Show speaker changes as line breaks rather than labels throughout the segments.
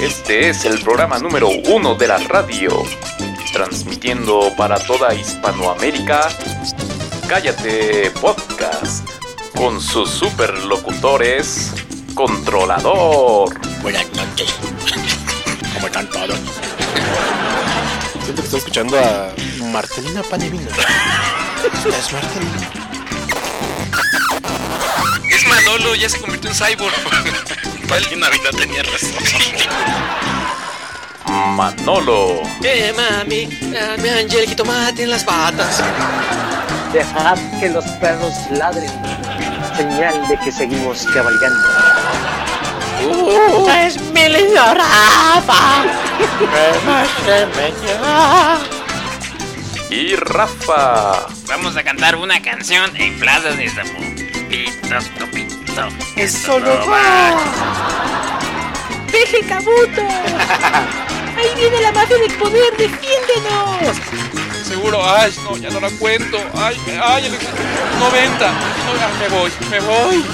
Este es el programa número uno de la radio, transmitiendo para toda Hispanoamérica. Cállate Podcast, con sus superlocutores, Controlador,
Buenas noches. ¿Cómo están todos?
Siento que estoy escuchando a Martelina Panevino. Es Martelina.
Es Manolo, ya se convirtió en cyborg. Pali Navidad tenía razón.
Manolo,
Eh, mami, dame a Angeliquito mate en las patas.
Dejad que los perros ladren. Señal de que seguimos cabalgando.
y Rafa.
Vamos a cantar una canción en Plaza de Pitos, topito.
Eso
no
va.
¡Peje Cabuto! ¡Ahí viene la magia del poder! ¡Defiéndenos!
Seguro, ay, no, ya no la cuento. Ay, ay, el 90. No, ay, me voy, me voy.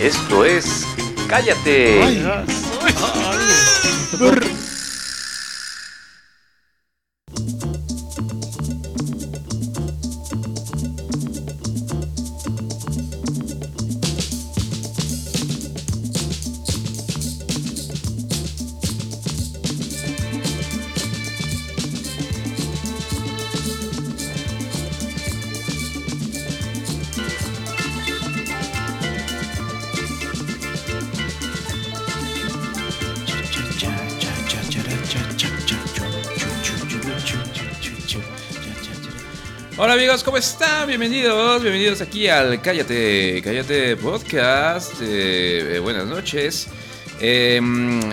Esto es Cállate.
Hola amigos, ¿cómo están? Bienvenidos, bienvenidos aquí al Cállate, Cállate Podcast. Eh, eh, buenas noches. Eh,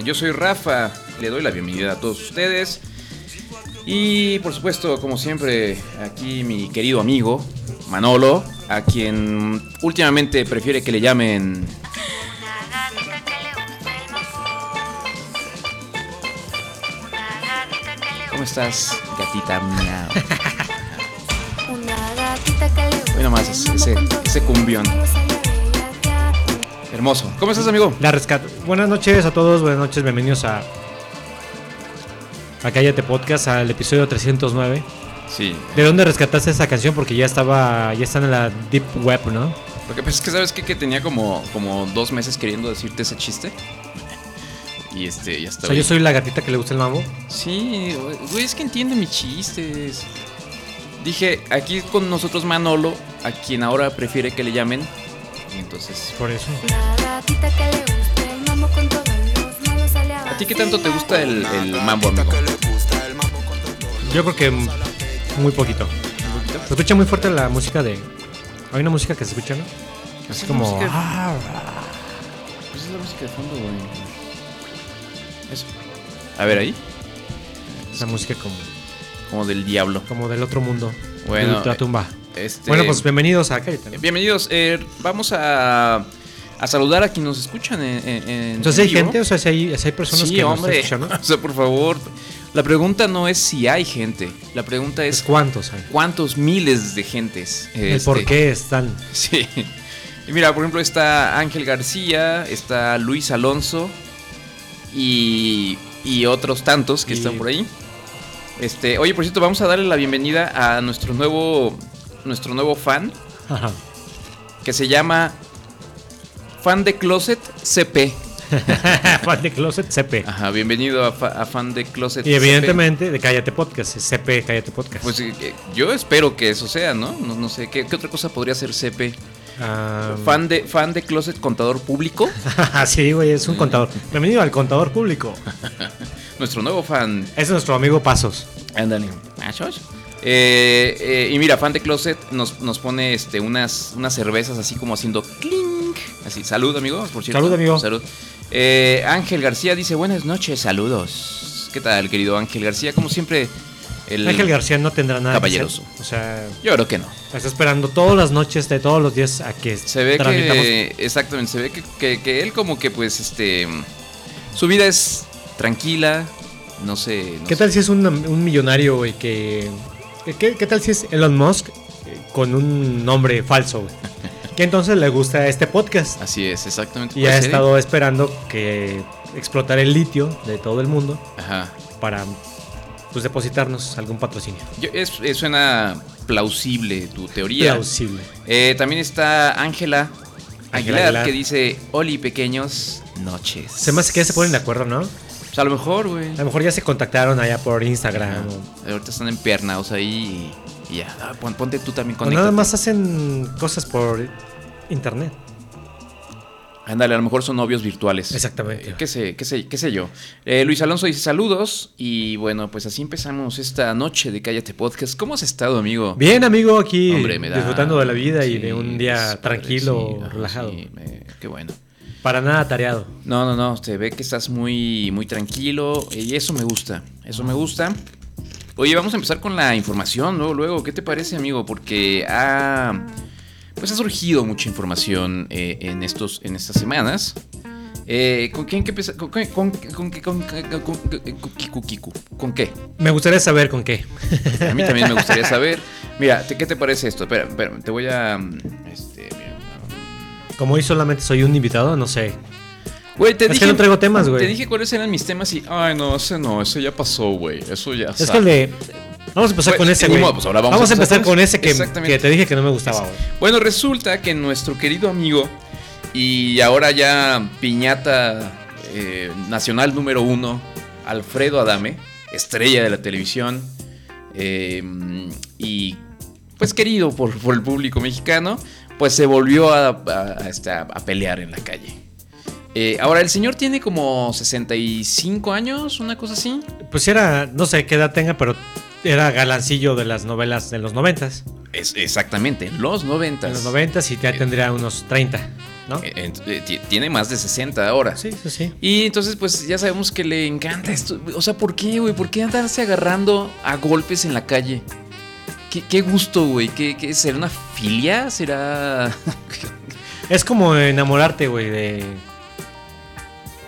yo soy Rafa, le doy la bienvenida a todos ustedes. Y por supuesto, como siempre, aquí mi querido amigo Manolo, a quien últimamente prefiere que le llamen... ¿Cómo estás, gatita? Miau. Hoy nomás es- ese, ese cumbión. Hermoso. ¿Cómo estás, amigo?
La rescate. Buenas noches a todos, buenas noches, bienvenidos a. A Cállate Podcast, al episodio 309.
Sí.
¿De dónde rescataste esa canción? Porque ya estaba. Ya está en la Deep Web, ¿no?
Lo que pasa es que sabes qué? que tenía como, como dos meses queriendo decirte ese chiste. Y este, ya
O
está.
sea, yo soy la gatita que le gusta el mambo.
Sí, güey, es que entiende mis chistes. Dije, aquí con nosotros Manolo, a quien ahora prefiere que le llamen. Y entonces.
Por eso.
¿A ti qué tanto te gusta el, el mambo, amigo?
Yo creo que m- muy poquito. Se escucha muy fuerte la música de. Hay una música que se escucha, ¿no? Así como. Ah,
Pues es la música de fondo, güey. Eso. A ver ahí.
esa música como,
Como del diablo.
como del otro mundo.
Bueno,
de la tumba.
Este,
Bueno, pues bienvenidos a Cállate. ¿no?
Bienvenidos, eh, vamos a, a saludar a quienes nos escuchan en, en- en-
Entonces hay
en vivo.
gente, o sea, si hay, si hay personas
sí,
que nos
hombre.
escuchan, ¿no?
O sea, por favor, la pregunta no es si hay gente, la pregunta
Es
es
cuántos hay.
cuántos miles de gentes.
El
este,
por qué están.
Sí. Y mira, por ejemplo, está Ángel García, está Luis Alonso y, y otros tantos que
Y-
están por ahí. Este, oye, por cierto, vamos a darle la bienvenida a nuestro nuevo nuestro nuevo fan
Ajá.
que se llama Fan de Closet CP.
Fan de Closet, CP.
Ajá, bienvenido a, fa- a Fan de Closet
Y evidentemente de Cállate Podcast, es CP, Cállate Podcast.
CP. Pues eh, eh, yo espero que eso sea, ¿no? No, no sé, ¿qué, qué otra cosa podría ser CP?
Ah,
¿Fan de, ¿Fan de Closet Contador Público?
sí, güey, es un contador. Bienvenido al contador público.
Nuestro nuevo fan.
Es nuestro amigo Pasos.
Ándale. Eh, eh, y mira, Fan de Closet nos, nos pone este, unas, unas cervezas así como haciendo clink. Así, salud, amigo, por cierto.
Salud, amigo.
Salud. Eh, Ángel García dice, buenas noches, saludos. ¿Qué tal, querido Ángel García? Como siempre, el...
Ángel García no tendrá nada. que
Caballeroso.
hacer. O sea,
Yo creo que no.
está esperando todas las noches de todos los días a que
Se ve
tramitamos-
que. Exactamente, se ve que, que- que él como que pues este. Su vida es tranquila. No sé. no
¿Qué
sé.
tal si es un, un millonario, güey, que... que- ¿qué, qué tal si es Elon Musk eh, con un nombre falso, güey? Que entonces le gusta este podcast.
Así es, exactamente.
Y
puede
ha
ser, ¿eh?
estado esperando que explotar el litio de todo el mundo
Ajá.
para pues depositarnos algún patrocinio.
Yo- es, es- suena plausible tu teoría.
Plausible.
Eh, también está Ángela
Ángela
Aguilar,
Aguilar.
que dice: Oli, pequeños, noches.
Se me hace que ya se ponen de acuerdo, ¿no?
Pues a lo mejor, güey. Ah,
A lo mejor ya se contactaron allá por Instagram. o-
Ahorita están empernados ahí y, y ya. Ah, pon- ponte tú también
O
con
Pues nada más hacen cosas por internet.
Ándale, a lo mejor son novios virtuales.
Exactamente.
Eh, qué sé, qué sé, qué sé yo. Eh, Luis Alonso dice saludos y bueno, pues así empezamos esta noche de Cállate Podcast. ¿Cómo has estado, amigo?
Bien, amigo, aquí
Hombre, me da-
disfrutando de la vida y
sí,
de un
es
día
padre,
tranquilo,
sí, ajá,
relajado.
sí, me- qué bueno.
Para nada tareado.
No, no, no, te ve que estás muy, muy tranquilo y eso me gusta, eso me gusta. Oye, vamos a empezar con la información, ¿no? Luego, ¿qué te parece, amigo? Porque ha, pues ha surgido mucha información eh, en, estos, en estas semanas. Eh, ¿Con quién que empezar? ¿Con qué? ¿Con con qué? ¿Con qué? ¿Con qué? ¿Con qué? ¿Con qué? ¿Con qué?
Me gustaría saber con qué.
A mí también me gustaría saber. Mira, ¿te- ¿qué te parece esto? Espera, espera, te voy a... mm, Este, mira,
Como hoy solamente soy un invitado, no sé.
Güey, te
Es que
dije.
no traigo temas, güey.
Te dije cuáles eran mis temas y. Ay, no, ese no, ese ya pasó, güey. Eso ya.
Es que el de. Vamos a empezar
Pues,
con ese,
ni
güey.
modo, pues ahora
vamos, a empezar con ese que,
Exactamente.
que te dije que no me gustaba, güey.
Bueno, resulta que nuestro querido amigo y ahora ya piñata eh, nacional número uno, Alfredo Adame, estrella de la televisión eh, y pues querido por, por el público mexicano, pues se volvió a, a- a este, a pelear en la calle. Eh, ahora, el señor tiene como 65 años, una cosa así.
Pues era, no sé qué edad tenga, pero era galancillo de las novelas de los noventas.
Es, exactamente, en los 90.
En los noventas y ya tendría unos 30, ¿no?
Eh, ent- eh, ti- tiene más de 60 ahora.
Sí, sí, sí.
Y entonces, pues ya sabemos que le encanta esto. O sea, ¿por qué, güey? ¿Por qué andarse agarrando a golpes en la calle? ¿Qué, qué gusto, güey? ¿Qué, qué- será una filia? ¿Será.?
Es como enamorarte, güey, de.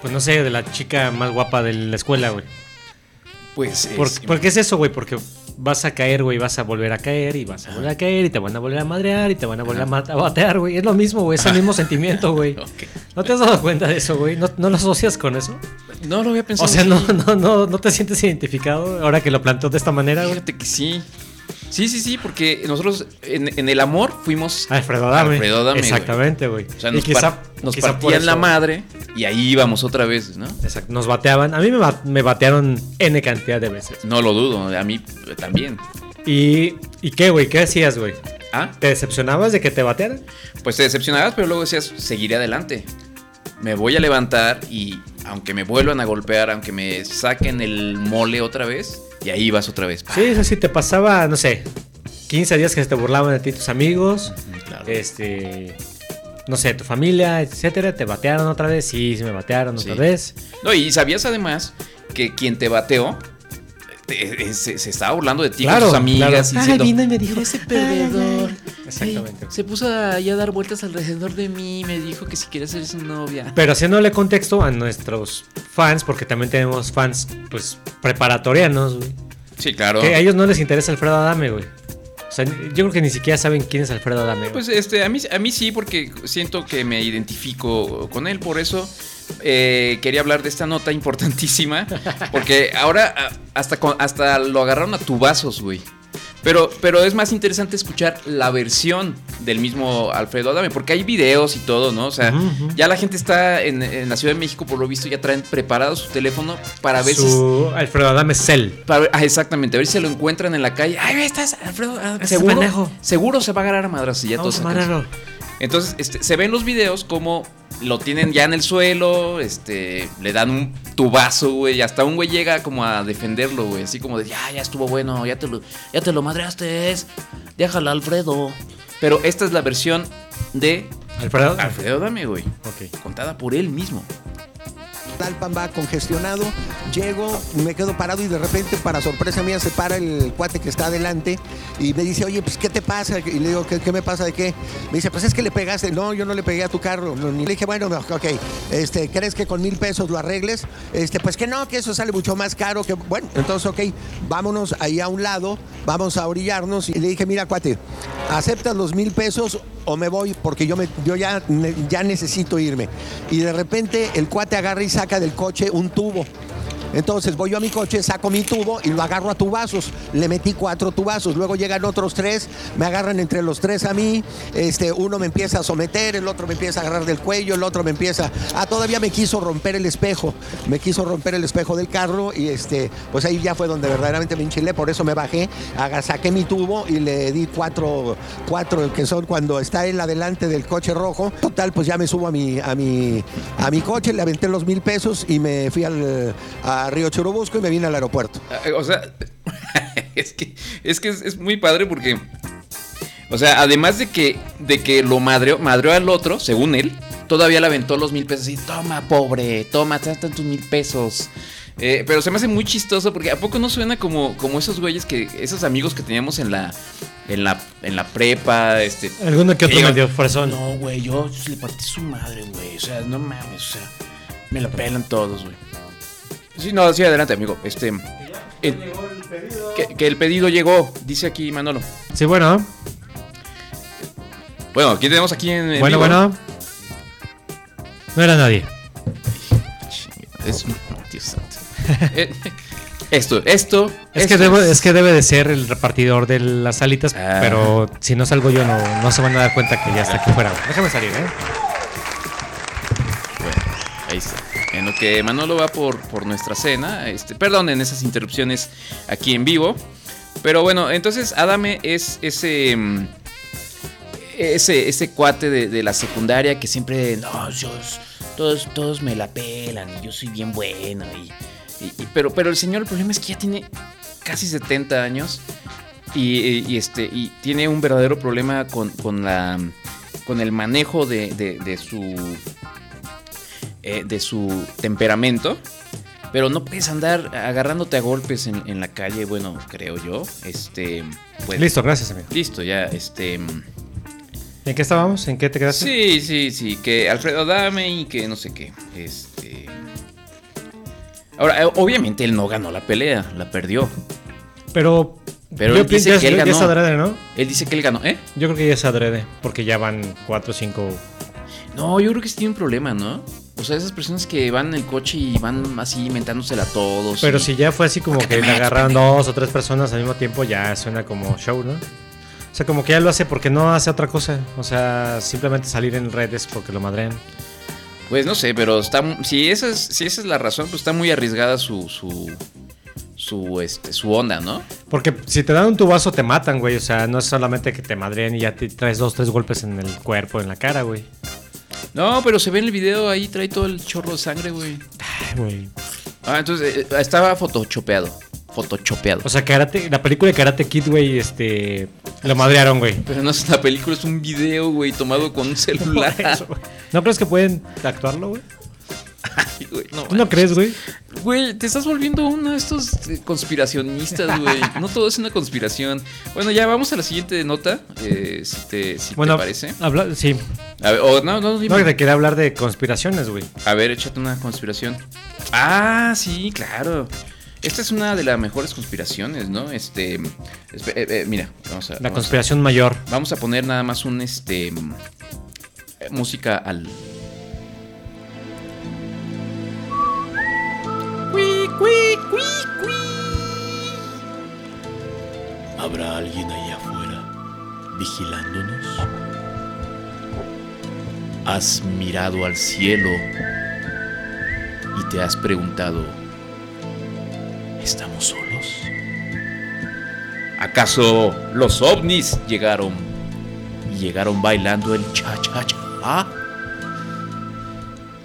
Pues no sé, de la chica más guapa de la escuela, güey.
Pues. es-
Por, porque es eso, güey, porque vas a caer, güey, vas a volver a caer y vas a volver a caer y te van a volver a madrear y te van a volver a, mat- a batear, güey. Es lo mismo, güey, es el mismo sentimiento, güey.
Ok.
¿No te has dado cuenta de eso, güey? ¿No, no lo asocias con eso?
No lo había pensado.
O sea, no,
así.
no, no, no te sientes identificado ahora que lo planteo de esta manera, güey.
Fíjate que sí. Sí, sí, sí, porque nosotros en, en el amor fuimos.
Alfredo Dame.
Alfredo Adame, güey.
Exactamente, güey.
O sea,
Ah, Y
nos,
quizá-
par- nos
quizá por
partían la
eso-
madre y ahí íbamos otra vez, ¿no?
Exacto, nos bateaban. A mí me, ba- me batearon N cantidad de veces.
No lo dudo, a mí eh, también.
¿Y, ¿y qué, güey? ¿Qué hacías, güey?
Ah,
¿Te decepcionabas de que te batearan?
pues te decepcionabas, pero luego decías, seguiré adelante. Me voy a levantar y aunque me vuelvan a golpear, aunque me saquen el mole otra vez, y ahí vas otra vez.
Sí, eso sí, te pasaba, no sé, 15 días que se te burlaban de ti tus amigos,
Mm, Claro.
este, no sé, tu familia, etcétera, te batearon otra vez, sí, sí me batearon
Sí.
otra vez.
No, y sabías además que quien te bateó te- eh, se, se estaba burlando de ti
Claro,
con sus amigas
claro.
diciendo,
Ay, vino y me dijo,
Ese perdedor.
Exactamente.
Se puso ahí a dar vueltas alrededor de mí y me dijo que si quería ser su novia.
Pero haciéndole contexto a nuestros fans, porque también tenemos fans, pues, preparatorianos, güey,
Sí, claro.
que a ellos no les interesa Alfredo Adame, güey. O sea, yo creo que ni siquiera saben quién es Alfredo Adame. güey.
Pues este, a mí, a mí sí, porque siento que me identifico con él, por eso eh, quería hablar de esta nota importantísima, porque ahora ah, hasta, con- hasta lo agarraron a tubazos, güey. Pero, pero es más interesante escuchar la versión del mismo Alfredo Adame, porque hay videos y todo, ¿no? O sea,
Ujú, ujú.
ya la gente está en, en la Ciudad de México, por lo visto, ya traen preparado su teléfono para ver si-
Su Alfredo Adame Cell.
para ver- ah, exactamente, a ver si se lo encuentran en la calle. Ay, ahí estás, Alfredo. ah,
Ese
seguro,
pendejo.
seguro se va a agarrar a madras y ya todos
Vamos a
sacan su-
mandarlo.
entonces, este, se ven los videos como lo tienen ya en el suelo, este, le dan un tubazo, güey, y hasta un güey llega como a defenderlo, güey, así como de, ya, ya estuvo bueno, ya te lo, ya te lo madreaste, es, déjala, Alfredo. Pero esta es la versión de
Alfredo.
Alfredo Dame, güey,
Ok.
contada por él mismo.
Talpan va congestionado, llego, me quedo parado y de repente, para sorpresa mía, se para el cuate que está adelante y me dice, oye, pues, ¿qué te pasa? Y le digo, ¿qué, qué me pasa de qué? Me dice, pues es que le pegaste. No, yo no le pegué a tu carro. No, ni- Le dije, bueno, ok, este, ¿crees que con mil pesos lo arregles? Este, pues que no, que eso sale mucho más caro que, bueno, entonces, ok, vámonos ahí a un lado, vamos a orillarnos. Y le dije, mira, cuate, ¿aceptas los mil pesos o me voy porque yo, me, yo ya, ne- ya necesito irme. Y de repente el cuate agarra y saca del coche un tubo. Entonces voy yo a mi coche, saco mi tubo y lo agarro a tubazos. Le metí cuatro tubazos, luego llegan otros tres, me agarran entre los tres a mí, este, uno me empieza a someter, el otro me empieza a agarrar del cuello, el otro me empieza. Ah, todavía me quiso romper el espejo, me quiso romper el espejo del carro y este, pues ahí ya fue donde verdaderamente me enchilé, por eso me bajé, aga- saqué mi tubo y le di cuatro, cuatro que son cuando está él adelante del coche rojo. Total, pues ya me subo a mi, a mi, a mi coche, le aventé los mil pesos y me fui al, a Río Churubusco y me vine al aeropuerto.
Ah, O sea, es que es, que es, es muy padre porque. O sea, además de que, de que lo madreó, madreó al otro, según él, todavía le aventó los mil pesos y toma, pobre, toma, te están tus mil pesos. Eh, pero se me hace muy chistoso porque ¿a poco no suena como, como esos güeyes que, esos amigos que teníamos en la, en la, en la prepa, este.
Alguno que otro
llegaban-
medio fresón.
No, güey, yo le partí su madre, güey. O sea, no mames, o sea, me la pelan todos, güey.
Sí, no, sí, adelante, amigo. Este. el- que, que el pedido llegó, dice aquí Manolo.
Sí, bueno.
Bueno, ¿quién tenemos aquí en. en
Bueno,
vivo?
bueno. No era nadie.
Es Dios santo. Eh, esto, esto.
Es
esto
que, debo, es que debe de ser el repartidor de las alitas,
Ah.
pero si no salgo yo no, no se van a dar cuenta que ya está aquí fuera. Déjame salir, ¿eh?
Bueno, ahí está. En lo que Manolo va por, por nuestra cena. Este, perdonen esas interrupciones aquí en vivo. Pero bueno, entonces Adame es ese. mm, Ese, ese cuate de, de la secundaria que siempre. No, yo- todos, todos me la pelan y yo soy bien bueno. Y, y- y- pero, pero el señor, el problema es que ya tiene casi 70 años. Y, y este, y tiene un verdadero problema con, con la. con el manejo de, de- de su eh, de su temperamento. Pero no puedes andar agarrándote a golpes en, en la calle, bueno, creo yo. Este. pues-
Listo, gracias, amigo.
Listo, ya, este. mm,
¿En qué estábamos? ¿En qué te quedaste?
Sí, sí, sí, que Alfredo Dame y que no sé qué. Este. Ahora, eh, obviamente él no ganó la pelea, la perdió.
Pero,
Pero
yo
él dice
pienso-
que él
ya- ya
ganó.
es adrede, ¿no?
Él dice que él ganó, ¿eh?
Yo creo que ya es adrede, porque ya van 4 o 5.
No, yo creo que sí tiene un problema, ¿no? O sea, esas personas que van en el coche y van así mentándosela a todos.
Pero
y-
si ya fue así como que le
metes,
agarraron dos o tres personas al mismo tiempo, ya suena como show, ¿no? O sea, como que ya lo hace porque no hace otra cosa. O sea, simplemente salir en redes porque lo madrean.
Pues no sé, pero está mu- si esa es, si esa es la razón, pues está muy arriesgada su su su este su onda, ¿no?
Porque si te dan un tubazo te matan, güey. O sea, no es solamente que te madreen y ya te traes dos, tres golpes en el cuerpo, en la cara, güey.
No, pero se ve en el video ahí trae todo el chorro de sangre, güey.
Ay, güey.
Ah, entonces eh, estaba photoshopeado, photoshopeado.
O sea, karate, la película de Karate Kid, güey, este. Lo madrearon, güey.
Pero no es una película, es un video, güey, tomado con un celular.
¿No crees que pueden actuarlo, güey?
Ay, güey, no, eh,
¿Tú no crees, güey?
Güey, te estás volviendo uno de estos eh, conspiracionistas, güey. No todo es una conspiración. Bueno, ya vamos a la siguiente nota, eh, si te, si te
Bueno,
parece.
habla- sí.
A ver, o no, no,
No,
dime.
te quería hablar de conspiraciones, güey.
A ver, échate una conspiración. Ah, sí, claro. Esta es una de las mejores conspiraciones, ¿no? Este. espe- eh, eh, mira, vamos a.
La
vamos
conspiración mayor.
a- vamos a poner nada más un este. mm, eh, Música al.
Cui, cui, cui, cui.
¿Habrá alguien allá afuera vigilándonos?
Has mirado al cielo y te has preguntado. ¿Estamos solos? ¿Acaso los ovnis llegaron? Y llegaron bailando el cha-cha-cha. ¿Ah?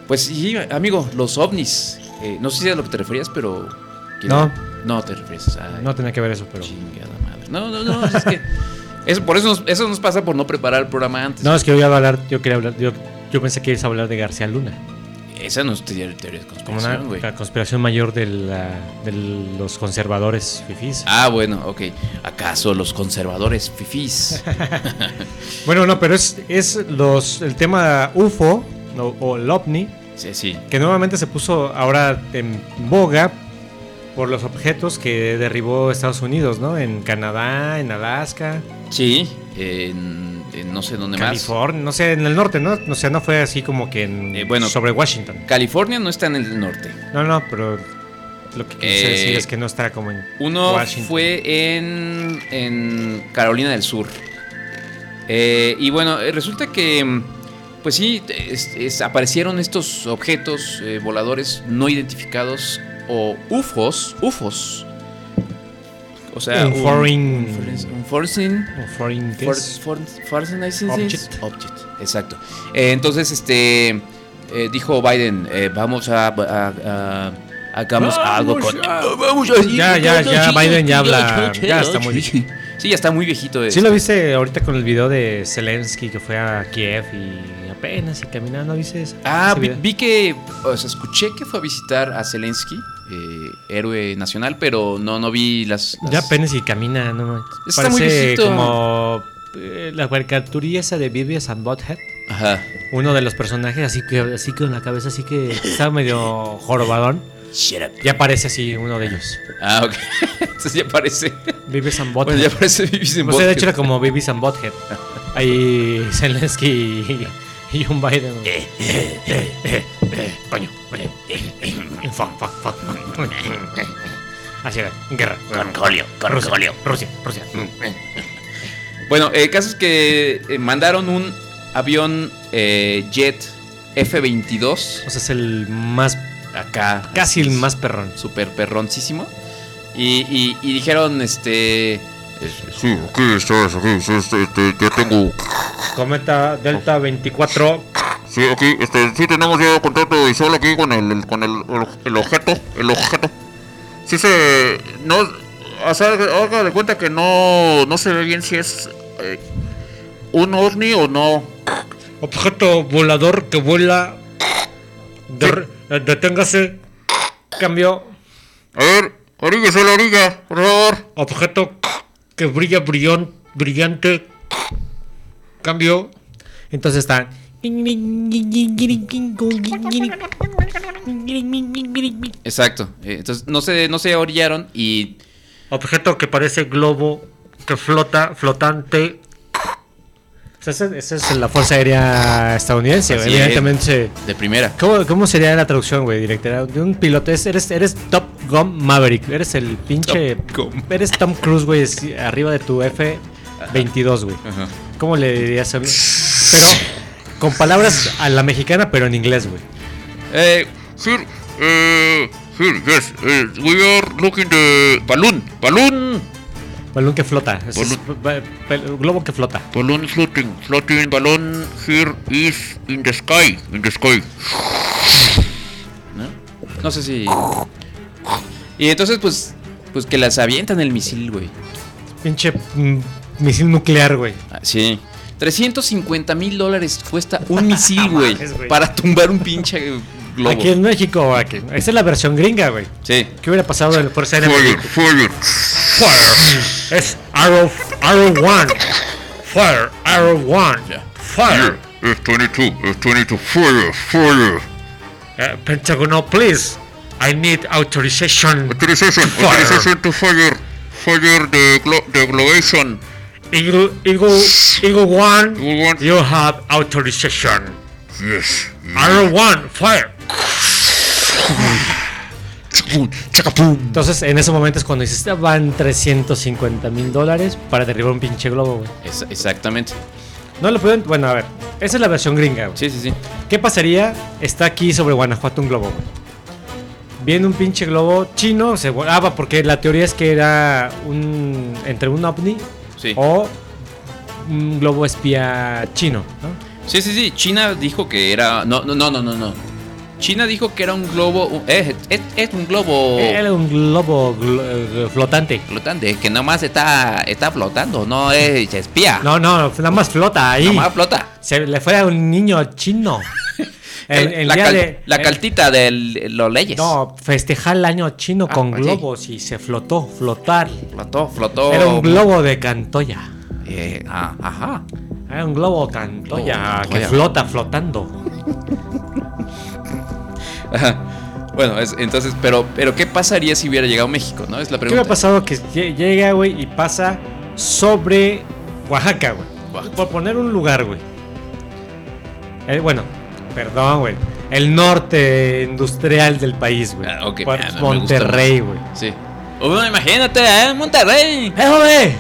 Pues sí, amigo, los ovnis. Eh, no sé si a lo que te referías, pero.
No.
No te refieres a.
No tenía que ver eso, pero.
No, no, no, es que. Eso, por eso nos, eso nos pasa por no preparar el programa antes.
No, es que yo iba a hablar, yo quería hablar, yo, yo pensé que ibas a hablar de García Luna.
Esa no es teoría teoría de
Como una
conspiración, güey.
la conspiración mayor de, la- de los conservadores fifís.
Ah, bueno, ok. ¿Acaso los conservadores fifís?
Bueno, no, pero es, es los, el tema UFO o, o el OVNI,
sí, sí.
que nuevamente se puso ahora en boga por los objetos que derribó Estados Unidos, ¿no? En Canadá, en Alaska.
Sí, en, eh, no sé dónde más.
California, no sé, en el norte, ¿no? O sea, no fue así como que en,
Eh, bueno,
sobre Washington.
California no está en el norte.
No, no, pero lo que quise
Eh,
decir es que no está como en
Uno
Washington.
fue en, en Carolina del Sur. Eh, y bueno, eh, resulta que, mm, pues sí, es- es- aparecieron estos objetos eh, voladores no identificados o UFOs, UFOs. O sea,
Un foreign-
un foreign,
un foreign, ¿qué
for-
es?
for- foreign
Object.
object. Exacto. Eh, entonces, este, eh, dijo Biden, eh, vamos a, a- a- hagamos algo con Ah,
Ya, ya, ya, Biden ya habla. Ya está muy bien.
Sí, ya está muy viejito.
¿Sí lo viste ahorita con el video de Zelensky que fue a Kiev y apenas y caminando? ¿Viste eso?
Ah,
Ese
vi,
video.
vi que, o sea, escuché que fue a visitar a Zelensky, eh, héroe nacional, pero no, no vi las... las-
Ya apenas y camina, no no.
Está muy
Parece
viejito.
como eh, la caricaturilla esa de Beavis and Butthead.
Ajá.
Uno de los personajes así que así con la cabeza así que está medio jorobadón.
Shut up.
Ya aparece así uno de ellos.
Ah, ok. Entonces ya parece...
Beavis and Butthead.
Bueno, ya parece Beavis and
O sea, de
Butthead.
hecho era como Beavis and Butthead. Ahí Zelensky y, y un Biden.
Eh,
Coño, coño.
eh,
Fuck, fuck, fuck. Así era, guerra.
Cornholio, cornholio.
Rusia, Rusia. Rusia.
Bueno, el caso es que eh, mandaron un avión eh, jet F-22.
O sea, es el más...
Acá.
Casi el
así es.
más perrón.
Súper perroncísimo. Y, y- y dijeron, este...
Sí, aquí estás, aquí estás, este, ya tengo.
Cometa Delta 24.
Sí, aquí, este, sí tenemos ya contacto visual aquí con el, el- con el, el, el objeto, el objeto. Sí se, no, o sea, haga de cuenta que no, no se ve bien si es eh, un ovni o no.
Objeto volador que vuela. De- eh, deténgase. Cambio.
A ver, oríguese a la orilla, por favor.
Objeto que brilla brillón, brillante. Cambio. Entonces está.
Exacto. Eh, Entonces no se, no se orillaron y...
Objeto que parece globo, que flota, flotante. Esa es, la Fuerza Aérea Estadounidense,
Así
evidentemente.
De primera.
¿Cómo, cómo sería la traducción, güey, directa? De un piloto, es- eres, eres Top Gun Maverick, eres el pinche... Eres Tom Cruise, güey, así, arriba de tu F-22, güey. ¿Cómo le dirías? a- Pero con palabras a la mexicana, pero en inglés, güey.
Eh,
sir, eh, sir, yes, eh, we are looking the balloon, balloon.
Balón que flota. es- es- ba- pel- globo que flota.
Balloon floating, floating balloon here is in the sky, in the sky.
No sé si... Y entonces pues... Pues que las avientan el misil, güey.
Pinche mm, misil nuclear, güey.
Ah, sí. 350 mil dólares cuesta un misil, güey.
Mames, güey.
para tumbar un pinche globo.
Aquí en México, aquí. Esa es la versión gringa, güey.
Sí.
¿Qué hubiera pasado en la Fuerza Aérea?
Fire, fire.
Fire. Es Arrow, Arrow One. Fire, Arrow One. Fire.
Yeah, it's 22, it's 22, fire, fire.
Uh, Pentagon, please. I need authorization.
Authorization, authorization to fire, fire the, glo the globation.
Eagle, Eagle, Eagle One. You have authorization.
Yes.
Arrow One, fire. Entonces, en ese momento es cuando dices, "Ah, van 350 mil dólares para derribar un pinche globo, güey.
Es- exactamente.
No lo pueden. Bueno, a ver. Esa es la versión gringa, güey.
Sí, sí, sí.
¿Qué pasaría? Está aquí sobre Guanajuato un globo, güey. Viene un pinche globo chino. Se volaba porque la teoría es que era un. entre un ovni
Sí.
o un globo espía chino, ¿no?
Sí, sí, sí. China dijo que era. No, no, no, no, no. no. China dijo que era un globo. eh, Es, es un globo.
Era un globo glo- eh, flotante.
Flotante, que nomás está, está flotando, no es espía.
No, no, nada más flota ahí.
Nomás flota.
Se le fue a un niño chino. El- el
la,
día
cal-
de-
la
el-
caltita de los leyes.
No, festejar el año chino con
sí.
globos y se flotó, flotar.
Flotó, flotó.
Era un globo de Cantoya.
Eh, ah, ajá.
Era un globo Cantoya
Globo
que
Oh, Cantoya.
flota flotando.
Ajá. Bueno, es- entonces, pero, pero ¿qué pasaría si hubiera llegado a México? ¿No? Es la
¿Qué me ha
pregunta.
pasado? Que lle- llega, güey, y pasa sobre Oaxaca, güey.
papá.
Por poner un lugar, güey. Eh, bueno, perdón, güey. El norte industrial del país, güey. Por
ah, me
Monterrey,
gusta
güey.
Sí.
Oh, bueno, imagínate, ¿eh? Monterrey. ¡Eh, güey!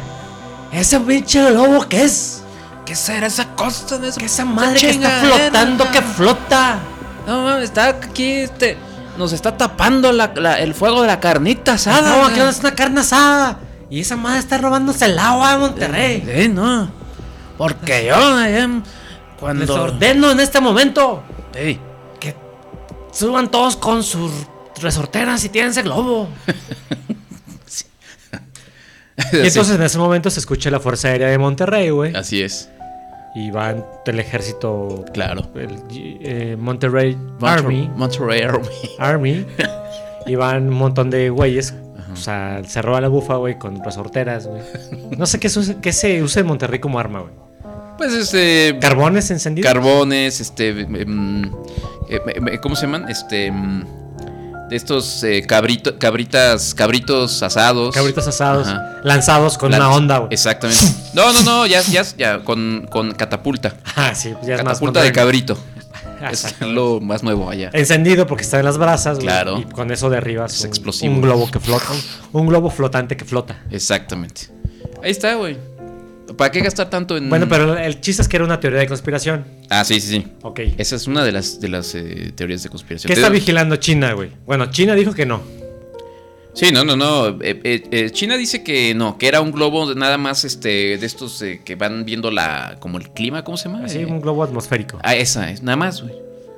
Ese pinche lobo, ¿qué es?
¿Qué será esa cosa de esa,
esa madre que está flotando, que flota?
No mames, está aquí, este. Nos está tapando la- la- el fuego de la carnita asada.
No,
güey.
aquí no es una carne asada. Y esa madre está robándose el agua de Monterrey.
Sí, no. Porque yo, eh, cuando.
Les ordeno en este momento
Sí.
que suban todos con sus resorteras y tírense el globo. Y entonces en ese momento se escucha la Fuerza Aérea de Monterrey, güey.
Así es.
Y van el ejército.
Claro.
El, eh, Monterrey
Monter-
Army.
Monterrey Army.
Army. y van un montón de güeyes. O sea, se roba la bufa, güey, con resorteras, güey. No sé qué, se usa- qué se usa en Monterrey como arma, güey.
Pues este.
¿Carbones encendidos?
Carbones, este. em, eh, eh, ¿Cómo se llaman? Este. em, De estos eh, cabrito- cabritas, cabritos asados.
Cabritos asados.
Ajá.
Lanzados con
Lanz-
una onda, güey.
Exactamente. No, no, no, ya, ya, ya con, con catapulta.
Ah, sí, ya es más
Catapulta de
moderno. Ah,
cabrito. Es lo más nuevo allá.
Encendido porque está en las brasas, güey.
Claro.
Y con eso derribas
Es
un,
explosivo.
un globo que flota. un- Un globo flotante que flota.
Exactamente. Ahí está, güey. ¿Para qué gastar tanto en.?
Bueno, pero el chiste es que era una teoría de conspiración.
Ah, sí, sí, sí.
Ok.
Esa es una de las, de las eh, teorías de conspiración.
¿Qué
Te
está
digo-
vigilando China, güey? Bueno, China dijo que no.
Sí, no, no, no. Eh, eh, eh, China dice que no, que era un globo nada más este de estos eh, que van viendo la como el clima, ¿cómo se llama?
Así,
Eh,
Ah, un globo atmosférico.
Ah, esa es, nada más, güey.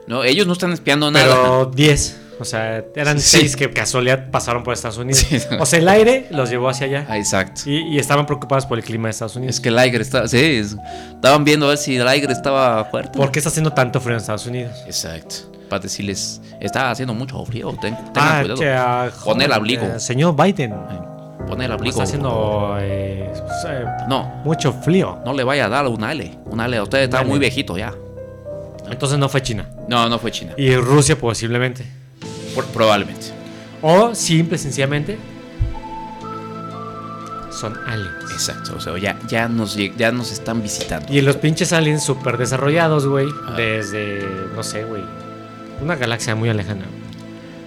No, ellos no están espiando nada.
Pero 10. O sea, eran
Sí.
6 que casualidad pasaron por Estados Unidos. O sea, el aire los llevó hacia allá.
Ah, exacto.
Y, y estaban preocupados por el clima de Estados Unidos.
Es que el aire estaba, sí, es- estaban viendo a ver si el aire estaba fuerte.
¿Por qué está haciendo tanto frío en Estados Unidos?
Exacto. Para decirles, está haciendo mucho frío, ten- tengan
Ah,
cuidado.
che, ah,
Pon el
joder,
abrigo.
eh, señor Biden.
Pon el abrigo.
Está haciendo eh, o sea,
No,
mucho frío.
no le vaya a dar un ale. Un ale, usted está
Ale.
muy viejito ya.
Entonces no fue China.
No, no fue China.
Y Rusia posiblemente.
Por- probablemente.
O simple, sencillamente. Son aliens.
Exacto, o sea, ya, ya, nos, lleg- ya nos están visitando.
Y los pinches aliens super desarrollados, güey.
Ah.
Desde, no sé, güey. Una galaxia muy lejana.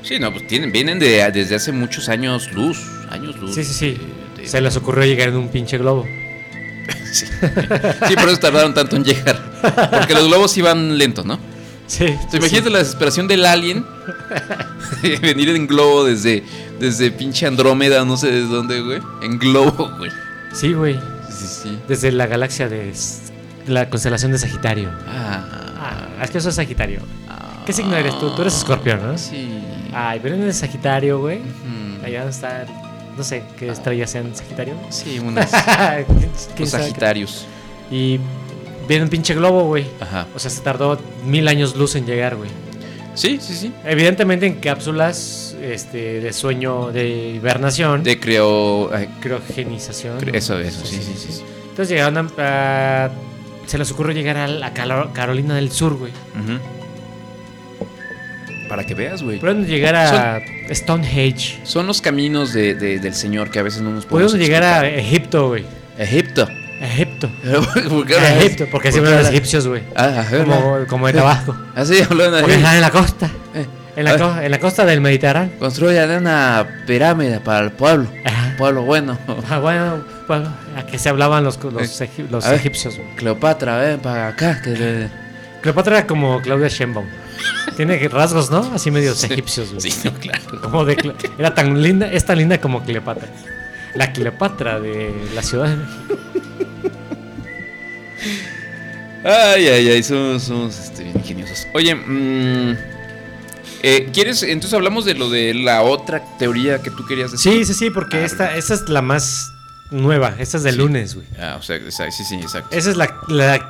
Sí, no, pues tienen, vienen de, desde hace muchos años luz. Años luz.
Sí, sí, sí.
de- de-
Se les ocurrió llegar en un pinche globo.
Sí. Sí, por eso tardaron tanto en llegar. Porque los globos iban lentos, ¿no?
Sí.
Entonces, imagínate la desesperación del alien. Venir en globo desde, desde pinche Andrómeda, no sé de dónde, güey. En globo, güey.
Sí, güey.
Sí, sí.
Desde la galaxia de S- la constelación de Sagitario.
Ah,
Ah, es que eso es Sagitario. ¿Qué signo eres tú? Tú eres escorpión, ¿no? Ah,
sí.
Ay, pero en el Sagitario, güey.
Ujú.
Allá está. No sé, ¿qué
Ah.
estrellas sean Sagitario?
Sí, unos,
¿Quién- quién
los
sabe qué?
Sagitarios.
Y viene un pinche globo, güey.
Ajá.
O sea, se tardó mil años luz en llegar, güey.
Sí, sí, sí.
Evidentemente en cápsulas este, de sueño de hibernación.
De creo. ay,
criogenización.
cre-
¿no?
Eso, eso, sí, sí, sí. sí.
Entonces llegaron a... a- se les ocurrió llegar a la Calo- Carolina del Sur, güey.
Ujú. Para que veas, güey.
Pudieron llegar a Stonehenge.
Son los caminos de, de- del Señor que a veces no nos podemos.
Pudieron llegar a
explicar.
Egipto, güey.
Egipto.
Egipto.
¿Por qué
A
hablas?
Egipto, porque siempre
hablas?
los egipcios, güey.
Ah, ajá,
Como, como de Tabasco.
Así hablan
Porque
así.
están en la costa.
Eh,
En la,
ah.
co- en la costa del Mediterráneo.
Construyan una pirámide para el pueblo.
Ajá.
Pueblo bueno.
Ah, bueno, bueno, a que se hablaban los, los, egi- los
Eh, A ver.
egipcios, güey.
Cleopatra, ven para acá. Que le-
Cleopatra era como Claudia Sheinbaum. Tiene rasgos, ¿no? Así medios egipcios, güey.
Sí, no, claro.
Como de Cle- era tan linda, es tan linda como Cleopatra. La Cleopatra de la ciudad de México.
Ay, ay, ay, somos, somos, este, bien ingeniosos. Oye, mm, eh, ¿quieres? Entonces hablamos de lo de la otra teoría que tú querías decir.
Sí, sí, sí, porque
Ah,
esta, esta es la más nueva. Esta es del
Sí.
lunes, güey.
Ah, o sea, exacto, sí, sí, exacto.
Esa es la, la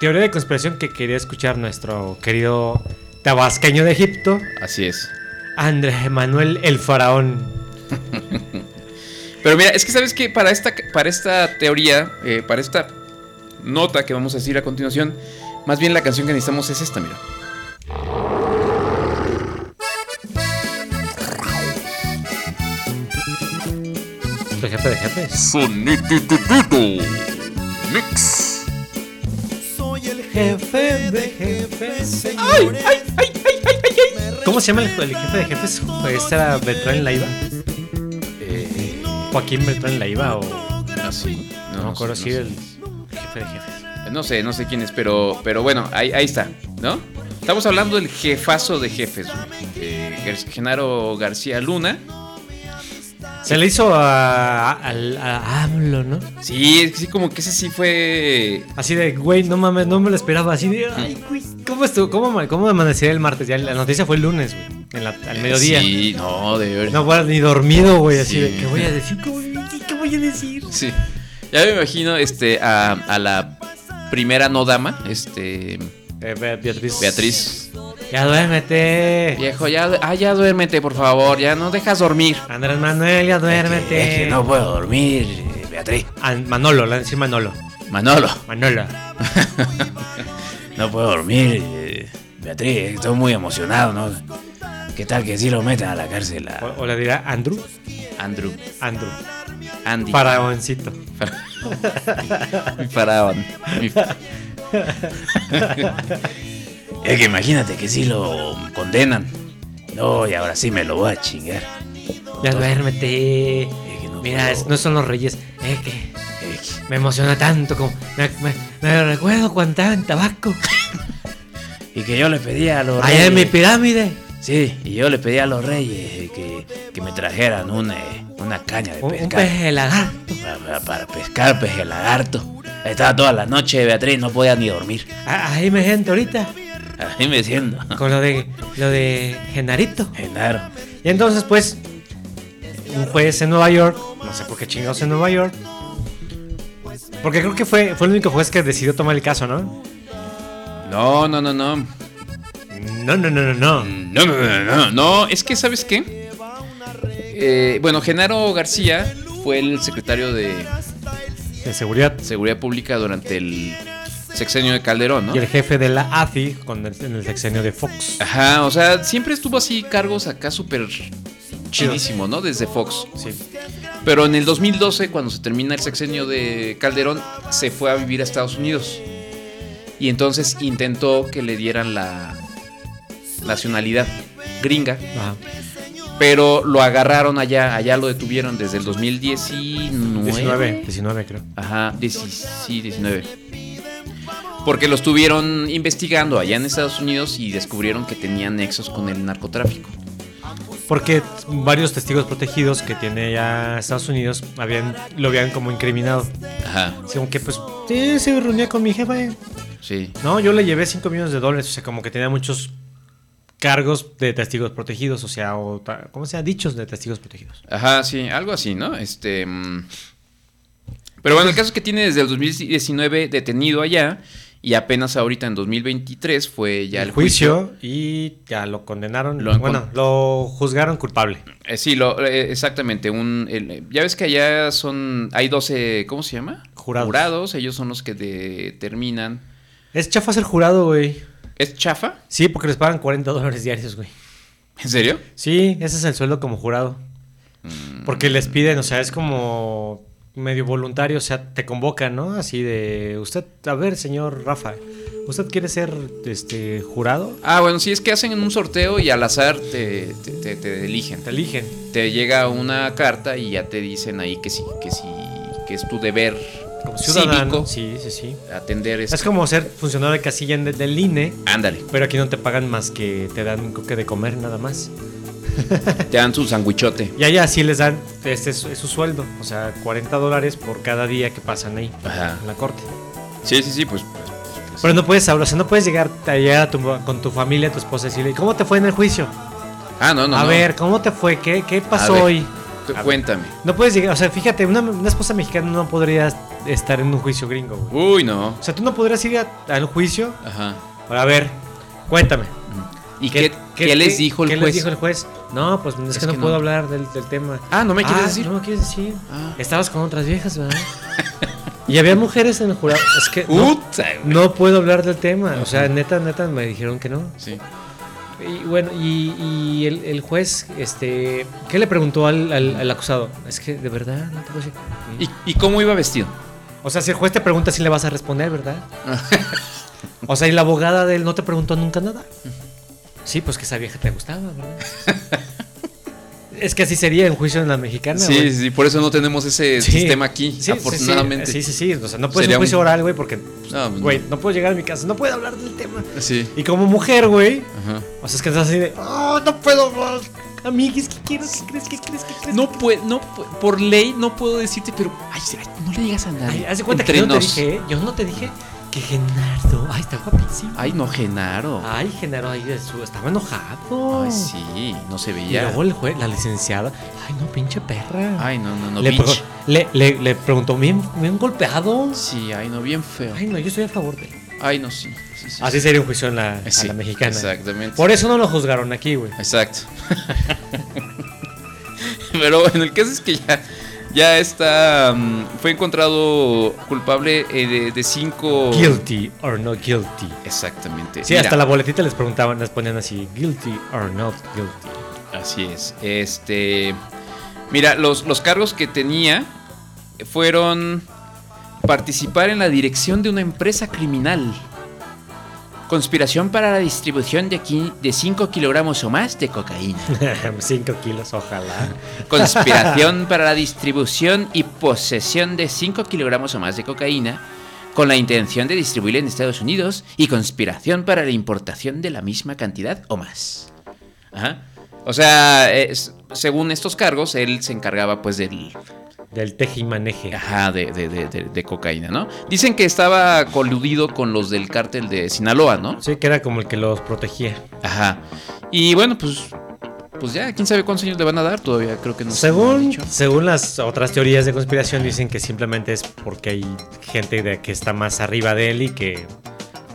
teoría de conspiración que quería escuchar nuestro querido tabasqueño de Egipto,
Así es.
Andrés Manuel el Faraón.
Pero mira, es que sabes que para esta, para esta teoría, eh, para esta nota que vamos a decir a continuación, más bien la canción que necesitamos es esta, mira.
¿Tu jefe de jefes?
Sonidididito. Mix.
jefe de jefes. ¿Cómo se llama el, el jefe de jefes? ¿Este era Beltrán Laiva? Eh, ¿Joaquín Beltrán Laiva o...?
Así.
Ah, No, me acuerdo si el jefe de jefes.
No sé, no sé quién es, pero, pero bueno, ahí, ahí está, ¿no? Estamos hablando del jefazo de jefes, güey. Eh, Gar- Genaro García Luna.
Se le hizo a, al- a AMLO, ¿no?
Sí, es que sí, como que ese sí fue...
Así de, güey, no mames, no me lo esperaba. Así de, ay, güey, ¿cómo, estuvo? ¿Cómo, ama- cómo amanecería el martes? Ya la noticia fue el lunes, güey, en la- al mediodía.
Sí, no, de verdad.
No, bueno, ni dormido, güey, así de, ¿qué voy a decir?
¿Qué voy a decir?
Sí. Ya me imagino este a, a la primera no dama, este
Beatriz.
Beatriz.
Ya duérmete.
Viejo, ya, du- ah, ya duérmete, por favor, ya no dejas dormir.
Andrés Manuel, ya duérmete.
Es que no puedo dormir, eh, Beatriz.
An- Manolo, le decía Manolo.
Manolo.
Manolo.
No puedo dormir, eh, Beatriz, estoy muy emocionado, ¿no? ¿Qué tal que sí lo metan a la cárcel? Ah, a-
O, o le dirá Andrew.
Andrew.
Andrew.
Andy.
Faraoncito.
Mi faraón. Mi-
Es que imagínate que sí lo condenan. No, y ahora sí me lo voy a chingar.
Ya duérmete. Mira, es- no son los reyes. Es que me emociona tanto como. Me, me- me recuerdo cuando estaba en Tabasco.
Y que yo le pedí a los
Allá en mi
reyes-
pirámide.
Sí, y yo le pedí a los reyes eh, que, que me trajeran una, eh, una caña de
Un, un
pescar.
pez de lagarto.
Pa- pa- Para, pescar peje lagarto. Estaba toda la noche, Beatriz, no podía ni dormir.
A- Ahí me gente ahorita.
Ahí me siento.
Ah.
Con lo de lo de Genarito.
Eh,
Genaro.
Y entonces, pues, un juez en Nueva York, no sé por qué chingados en Nueva York. Porque creo que fue, fue el único juez que decidió tomar el caso, ¿no?
No, no, no, no.
No, no, no, no, no.
No, no, no, no, no, es que ¿sabes qué? Eh, bueno, Genaro García fue el secretario de
De seguridad.
Seguridad Pública durante el sexenio de Calderón, ¿no?
Y el jefe de la AFI con el, en el sexenio de Fox.
Ajá, o sea, siempre estuvo así cargos acá súper chidísimo, ¿no? Desde Fox.
Sí.
Pero en el 2012, cuando se termina el sexenio de Calderón, se fue a vivir a Estados Unidos. Y entonces intentó que le dieran la nacionalidad gringa.
Ajá.
Pero lo agarraron allá, allá lo detuvieron desde el 2019.
19, 19 creo.
Ajá, 10 sí, 19. Porque lo estuvieron investigando allá en Estados Unidos y descubrieron que tenía nexos con el narcotráfico.
Porque varios testigos protegidos que tiene ya Estados Unidos habían, lo habían como incriminado.
Ajá.
Según que pues, sí, se reunía con mi eh. jefe.
Sí.
No, yo le llevé 5 millones de dólares, o sea, como que tenía muchos cargos de testigos protegidos, o sea, o ta- ¿cómo se ha dichos de testigos protegidos?
Ajá, sí, algo así, ¿no? Este. mm. Pero bueno, el caso es que tiene desde el 2019 detenido allá y apenas ahorita en 2023 fue ya el, juicio.
y ya lo condenaron,
Lo han
bueno, lo juzgaron culpable.
Eh, sí, lo, eh, exactamente. Un, el- ya ves que allá son. Hay 12. ¿Cómo se llama?
Jurados.
Ellos son los que determinan.
Es chafa ser jurado, güey.
¿Es chafa?
Sí, porque les pagan 40 dólares diarios, güey.
¿En serio?
Sí, ese es el sueldo como jurado. Mm. Porque les piden, o sea, es como medio voluntario, o sea, te convocan, ¿no? Así de, usted, a ver, señor Rafa, ¿usted quiere ser este jurado?
Ah, bueno, sí, es que hacen un sorteo y al azar te, te, te- te eligen.
Te eligen.
Te llega una carta y ya te dicen ahí que sí, que sí, que es tu deber
Como
cívico
ciudadano. Sí, sí, sí.
atender esto.
Es como ser funcionario de casilla en- del INE,
Ándale,
pero aquí no te pagan más que te dan creo que de comer nada más.
te dan su sandwichote.
Y allá sí les dan, este es, es su sueldo, o sea, 40 dólares por cada día que pasan ahí
Ajá.
en la corte.
Sí, sí, sí, pues.
Pero no puedes hablar, o sea, no puedes llegar a, llegar a tu- con tu familia, a tu esposa y decirle, ¿cómo te fue en el juicio?
Ah, no, no.
a
no.
ver, ¿cómo te fue? ¿Qué, qué pasó
A ver,
hoy?
tú Cuéntame.
No puedes llegar, o sea, fíjate, una, una esposa mexicana no podría estar en un juicio gringo, güey.
Uy, no.
O sea, tú no podrías ir a- al juicio
Ajá.
para ver, cuéntame.
¿Y qué, qué, les dijo el
qué
juez?
les dijo el juez? No, pues es,
Es
que no
que no.
puedo hablar del, del tema.
Ah, ¿no me quieres
Ah,
decir? Ah.
No me quieres decir. Estabas con otras viejas, ¿verdad? y había mujeres en el jurado. Es que no,
Puta, güey.
no puedo hablar del tema. O sea, neta, neta, me dijeron que no.
Sí.
Y bueno, y, y el, el juez, este, ¿qué le preguntó al, al- al acusado? Es que, de verdad, no te puedo decir.
¿Y, y cómo iba vestido?
O sea, si el juez te pregunta si le vas a responder, ¿verdad? O sea, y la abogada de él no te preguntó nunca nada. Sí, pues que esa vieja te gustaba, ¿verdad? es que así sería en juicio en la mexicana.
Sí,
Ah, güey.
sí, por eso no tenemos ese
Sí.
sistema aquí,
Sí, sí,
afortunadamente.
Sí, sí, sí. O sea, no puedes
Sería
un juicio
un-
oral, güey, porque.
No, pues,
Güey, no. puedo llegar a mi casa, no puedo hablar del tema.
Sí.
Y como mujer, güey.
Ajá.
O sea, es que estás así de. "Ah, no puedo más. Amiguis, ¿qué quieres? ¿Qué crees? ¿Qué crees? ¿Qué crees?
No puedo, no, pu- por ley no puedo decirte, pero ay, ay, no le digas a
Ay,
nadie.
haz de cuenta
Entre
que yo no te
nos.
dije, ¿eh? yo no te dije que Genardo. Ay, está guapísimo.
Ay, no, Genaro.
Ay, Genaro, ay, su- estaba enojado.
Ay, sí, no se
Y
veía.
luego el juez, la licenciada. Ay, no, pinche perra.
Ay, no, no, Ah, no,
le,
bitch.
pregun- le, le- le preguntó, bien, bien golpeado.
Sí, ay, no, bien feo.
Ay, no, yo estoy a favor de él.
Ay, no, sí. sí, sí,
Así
sí.
sería un juicio en la, a
Sí,
la mexicana.
exactamente.
Por eso no lo juzgaron aquí, güey.
Exacto. Pero bueno, el caso es que ya, ya está. mm, fue encontrado culpable eh, de, de cinco.
Guilty or not guilty.
Exactamente. Oh.
Sí,
Mira,
hasta la boletita les preguntaban, les ponían así, guilty or not guilty.
Así es. Este. Mira, los, los cargos que tenía fueron participar en la dirección de una empresa criminal. Conspiración para la distribución de, qui- de 5 kilogramos o más de cocaína.
5 kilos, ojalá.
Conspiración para la distribución y posesión de 5 kilogramos o más de cocaína con la intención de distribuirla en Estados Unidos y conspiración para la importación de la misma cantidad o más. Ajá. O sea, es- según estos cargos, él se encargaba pues del...
Del tejimaneje.
Ajá, de, de- de- de- de cocaína, ¿no? Dicen que estaba coludido con los del cártel de Sinaloa, ¿no?
Sí, que era como el que los protegía.
Ajá. Y bueno, pues... Pues ya, quién sabe cuántos años le van a dar todavía, creo que no sé.
Según, según las otras teorías de conspiración dicen que simplemente es porque hay gente de, que está más arriba de él y que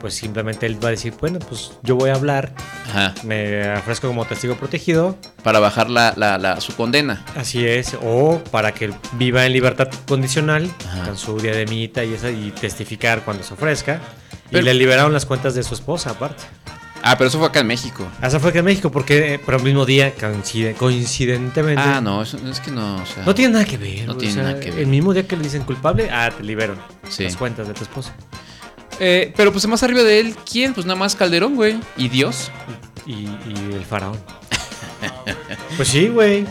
pues simplemente él va a decir, bueno, pues yo voy a hablar,
Ajá.
me ofrezco como testigo protegido,
Para bajar la, la- la- su condena.
así es, o para que viva en libertad condicional, con su diademita y, esa, y testificar cuando se ofrezca.
Pero-
y le liberaron las cuentas de su esposa aparte.
Ah, pero eso fue acá en México.
Esa fue que en México, porque eh, pero el mismo día coincide, coincidentemente...
Ah, no, eso, es que no. o sea,
No tiene nada que ver.
No
güey,
tiene
o sea,
nada que ver.
El mismo día que le dicen culpable, ah, te liberan
Sí.
las cuentas de tu esposa.
Eh, pero pues más arriba de él, ¿quién? Pues nada más Calderón, güey. Y Dios.
Y, y el faraón. pues sí, güey.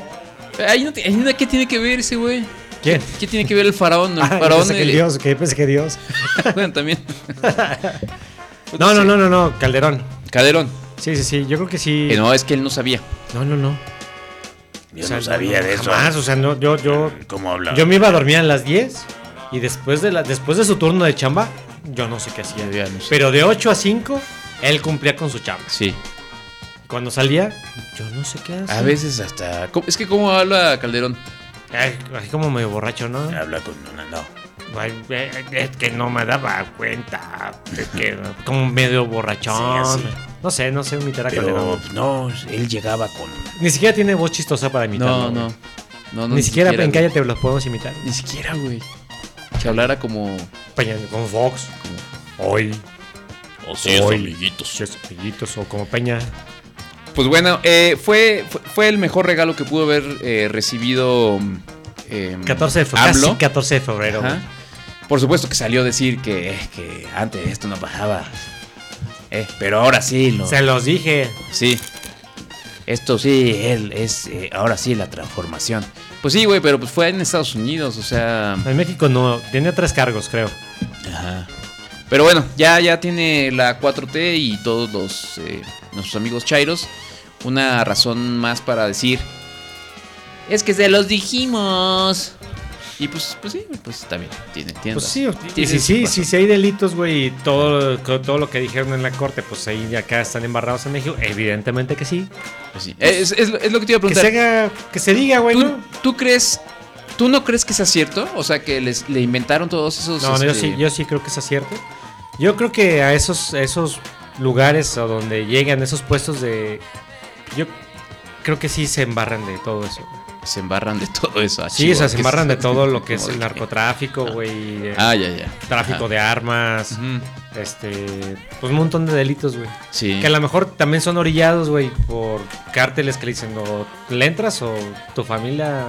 Eh, Ahí no, ti- ahí no- ¿Qué tiene que ver ese güey?
¿Quién?
¿Qué tiene que ver el faraón? El
Ah, yo
faraón
pensé que
el-
Dios, que pensé que Dios.
bueno, también.
No, no, no, no, no, Calderón.
Calderón.
Sí, sí, sí, yo creo que sí.
Eh, no, es que él no sabía.
No, no, no.
Yo no sabía de eso.
Jamás, o sea, no, yo, yo,
¿Cómo hablaba?
yo me iba a dormir a las 10 y después de, la, después de su turno de chamba, yo no sé qué hacía. Pero de 8 a 5, él cumplía con su chamba.
Sí.
Cuando salía, yo no sé qué hacía.
A veces hasta. ¿cómo- Es que, ¿cómo habla Calderón?
Ay, así como medio borracho, ¿no?
Habla con una, no.
Ay, eh, es que no me daba cuenta. es que- como medio borrachón.
Sí, así.
No sé, no sé imitar a
Pero
Calderón.
no, él llegaba con.
Ni siquiera tiene voz chistosa para imitar.
No, no. No, no,
ni, siquiera, en
güey.
Cállate los podemos imitar.
Ni siquiera, güey. Que hablara como.
Peña- Con Fox. Hoy.
Oh,
Así es,
amiguitos. amiguitos. O como Peña.
Pues bueno, eh, fue, fue, fue el mejor regalo que pudo haber eh, recibido. mm, em,
14 de febrero.
AMLO.
Casi 14 de febrero.
Ajá.
güey.
Por supuesto que salió a decir que, eh, que antes esto no pasaba. Eh, pero ahora sí, lo-
Se los dije.
sí. Esto sí, él es eh, ahora sí la transformación. Pues sí, güey, pero pues fue en Estados Unidos, o sea.
En México no. Tiene tres cargos, creo.
Ajá. Pero bueno, ya, ya tiene la 4T y todos los eh, nuestros amigos Chairos una razón más para decir. Es que se los dijimos. Y pues, pues sí, pues está bien. Tiene, tiene
Pues
razón.
sí, y
Tienes
si sí,
razón.
sí, sí hay delitos, güey, y todo, co- todo lo que dijeron en la corte, pues ahí de acá están embarrados en México, evidentemente que sí.
Pues sí. Es, es lo- es lo que te iba a
Que
preguntar.
se, haga- que se diga, güey,
¿Tú,
¿no?
tú crees, tú no crees que sea cierto? O sea, que les, le inventaron todos esos.
No, no, yo
este,
sí, yo sí creo que es acierto. Yo creo que a esos, a esos lugares a donde llegan esos puestos de... Yo creo que sí se embarran de todo eso.
Se embarran de todo eso. ah,
Sí, o sea,
chihuahua,
se
¿qué
embarran de
es?
todo lo que es
Como
el
de
narcotráfico, güey. eh,
Ah, ya, ya.
Tráfico
Ajá.
de armas, este... Pues un montón de delitos, güey.
Sí.
Que a lo mejor también son orillados, güey, por cárteles que le dicen, o le entras o tu familia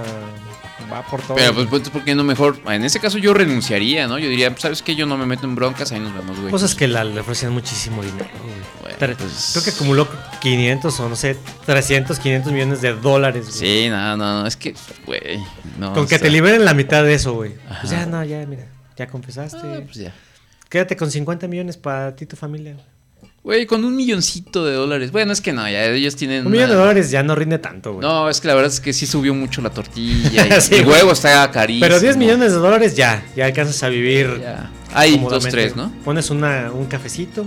va por todo.
Pero pues, pues, ¿por qué no mejor? En ese caso yo renunciaría, ¿no? Yo diría, pues, ¿sabes qué? Yo no me meto en broncas, ahí nos vemos, güey.
Cosas que la- le ofrecían muchísimo dinero, güey. Tre-
pues,
Creo que acumuló 500 o no sé, 300, 500 millones de dólares, güey.
Sí, no, no, no, es que, güey. No,
Con
o
que
sea,
te liberen la mitad de eso, güey.
Ajá.
Pues ya, no, ya, mira, ya confesaste.
pues ya.
Quédate con 50 millones para ti y tu familia. güey.
Güey, con un milloncito de dólares. Bueno, es que no, ya ellos tienen.
Un millón de
una-
dólares ya no rinde tanto, güey.
No, es que la verdad es que sí subió mucho la tortilla. y
Sí,
el
güey.
huevo está carísimo.
Pero 10 millones de dólares ya, ya alcanzas a vivir.
Hay dos,
cómodamente.
tres, ¿no?
Pones una, un cafecito,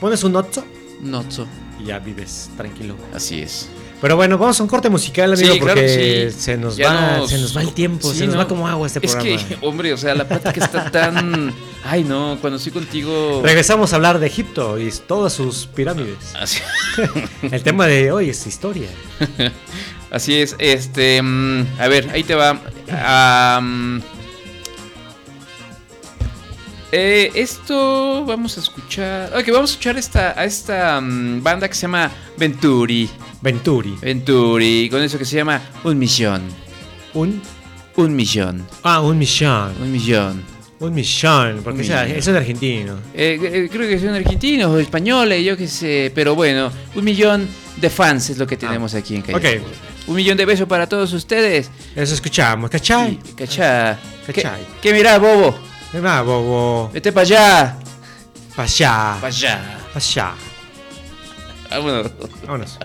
pones un otzo.
Un otzo.
Y ya vives tranquilo.
Así es.
Pero bueno, vamos a un corte musical, amigo,
Sí, claro,
porque
sí.
se, nos
Ya
va, se nos va el tiempo,
Sí,
se nos
no.
va como agua este programa.
Es que, hombre, o sea, la plática está tan. Ay, no, cuando estoy contigo.
Regresamos a hablar de Egipto y todas sus pirámides. el tema de hoy es historia.
Así es, este. mm, A ver, ahí te va. Am, eh, esto vamos a escuchar. Ok, vamos a escuchar esta, a esta mm, banda que se llama Venturi.
Venturi.
Venturi, con eso que se llama Un Millón.
¿Un?
Un Millón.
Ah, un millón.
Un millón.
Un millón, porque
Un
esa-
millón.
eso es argentino.
Eh, eh, creo que son argentinos o españoles, yo qué sé. Pero bueno, un millón de fans es lo que tenemos aquí en Calle.
Ah, Ok.
Un millón de besos para todos ustedes.
Eso escuchamos, ¿cachai?
Cachá.
¿Cachai?
¿Qué, qué mirá, bobo?
¿Qué va, bobo?
Vete para allá.
Para allá.
Para allá.
Para allá.
Vámonos.
Vámonos.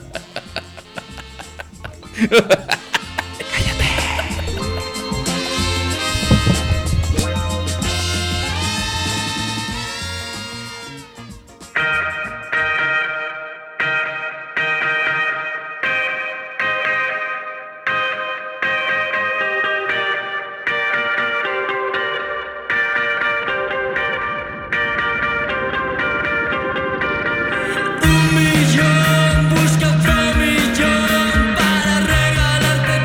Un millón, busca otro millón para regalarte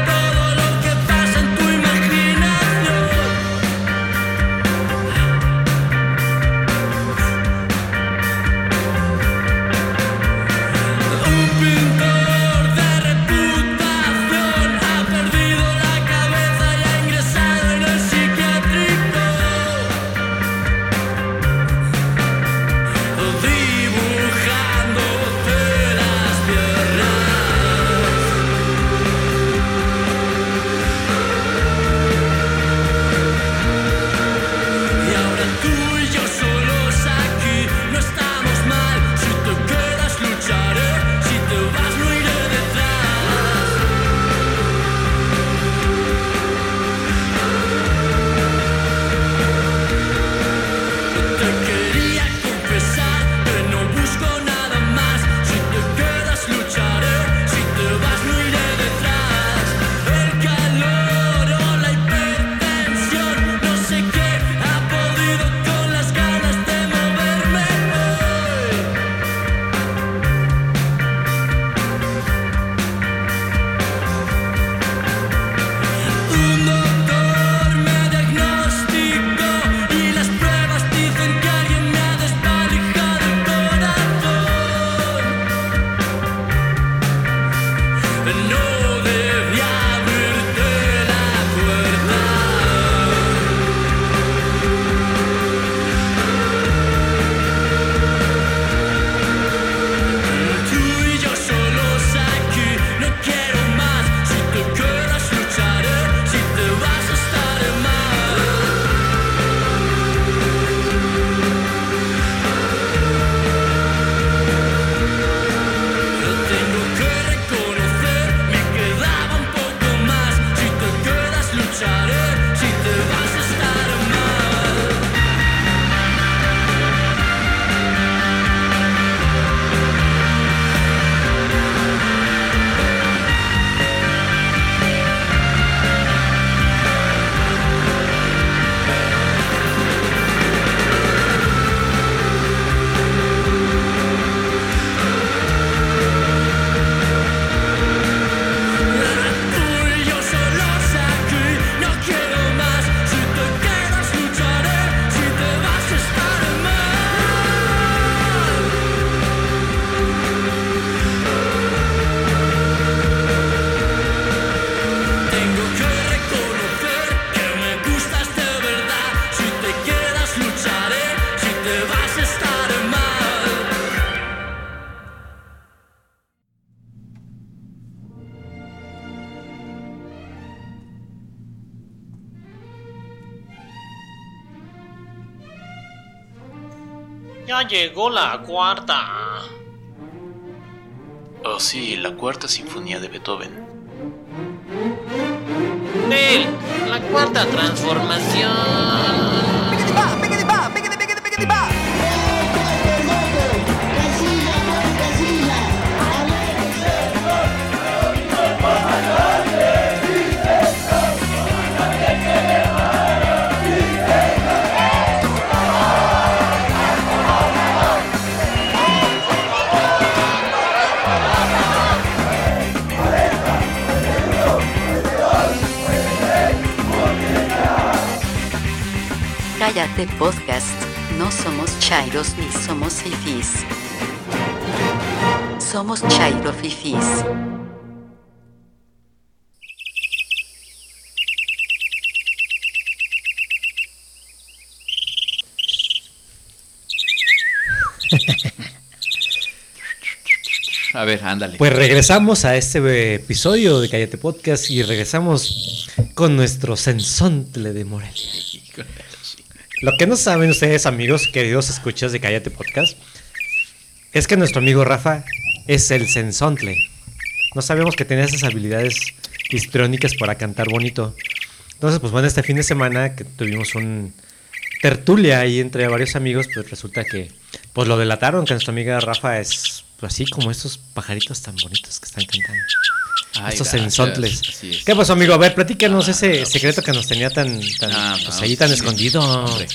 Ya llegó la cuarta.
Oh, sí, la cuarta sinfonía de Beethoven.
Nel, la cuarta transformación.
Cállate podcast, no somos chairos ni somos fifis. Somos chairo fifis.
A ver, ándale.
Pues regresamos a este episodio de Cállate Podcast y regresamos con nuestro sensontle de Morelia. Lo que no saben ustedes, amigos, queridos escuchas de Cállate Podcast, es que nuestro amigo Rafa es el sensontle. No sabíamos que tenía esas habilidades histriónicas para cantar bonito. Entonces, pues bueno, este fin de semana que tuvimos un tertulia ahí entre varios amigos, pues resulta que pues lo delataron, que nuestra amiga Rafa es pues, así como estos pajaritos tan bonitos que están cantando.
Ay,
estos
gracias.
sensontles.
Así es.
¿Qué pasó, amigo? A ver, platícanos ese secreto que nos tenía tan, tan
Ah,
pues,
no,
ahí tan
sí.
escondido.
Hombre.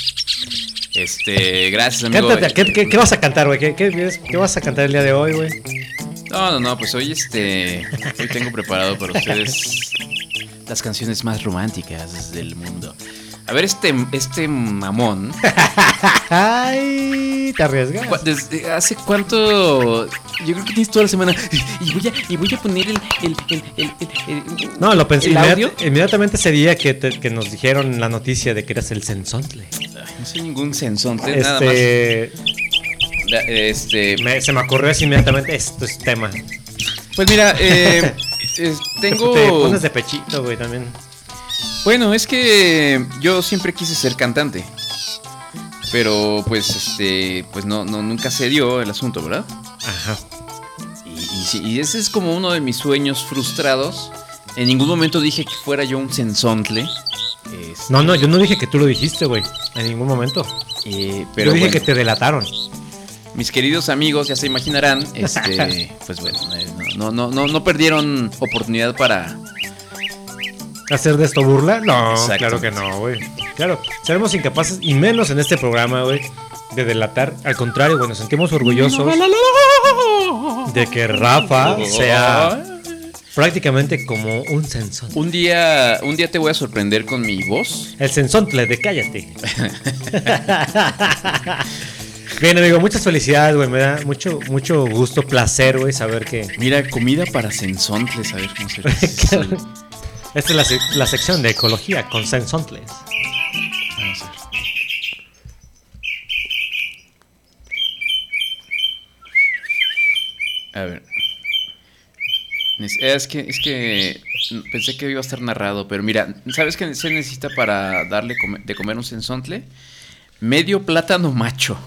Este, gracias, amigo.
Cántate, ¿qué, qué, qué vas a cantar, güey? ¿Qué, qué, qué vas a cantar el día de hoy, güey?
No, no, no, pues hoy este. Hoy tengo preparado para ustedes las canciones más románticas del mundo. A ver, este, este mamón.
Ay, te arriesgas.
Cu- desde hace cuánto. Yo creo que tienes toda la semana. Y voy a, y voy a poner el. el, el, el- el- el-
No, lo pensé.
¿El
inmediat-
audio?
inmediatamente ese día que, te- que nos dijeron la noticia de que eras el sensontle.
No soy ningún sensón, nada más.
Este.
La- Este.
me- se me ocurrió así inmediatamente. Esto es tema.
Pues mira, eh, es- tengo.
Te, te pones de pechito, güey, también.
Bueno, es que yo siempre quise ser cantante. Pero pues este pues no, no nunca se dio el asunto, ¿verdad?
Ajá.
Y, y sí, y ese es como uno de mis sueños frustrados. En ningún momento dije que fuera yo un sensontle. Este,
No, no, yo no dije que tú lo dijiste, güey. En ningún momento.
eh,
Pero
pero
yo dije
bueno,
que te delataron.
mis queridos amigos ya se imaginarán, este, pues bueno, eh, no, no, no, no perdieron oportunidad para
¿Hacer de esto burla? No,
Exacto.
claro que no, güey. Claro, seremos incapaces, y menos en este programa, güey, de delatar. Al contrario, güey, nos sentimos orgullosos de que Rafa Ah,
Oh,
sea prácticamente como un sensón.
un día un día te voy a sorprender con mi voz.
El sensontle de cállate. Bien, amigo, muchas felicidades, güey. Me da mucho, mucho gusto, placer, güey, saber que.
Mira, comida para sensontles, a ver cómo se dice.
Esta es la, se- la sección de ecología con sensontles.
Vamos a ver. A ver. Nes- Es que, es que pensé que iba a estar narrado, pero mira, ¿sabes qué se necesita para darle come- de comer un sensontle? Medio plátano macho,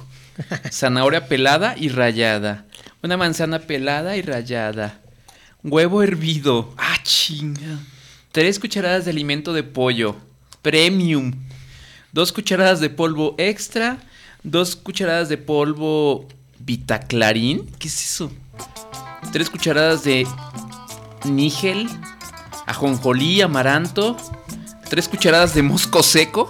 zanahoria pelada y rallada, una manzana pelada y rallada, huevo hervido, ah, chinga, tres cucharadas de alimento de pollo, premium, dos cucharadas de polvo extra, dos cucharadas de polvo vitaclarín, ¿qué es eso? Tres cucharadas de nígel, ajonjolí, amaranto, tres cucharadas de mosco seco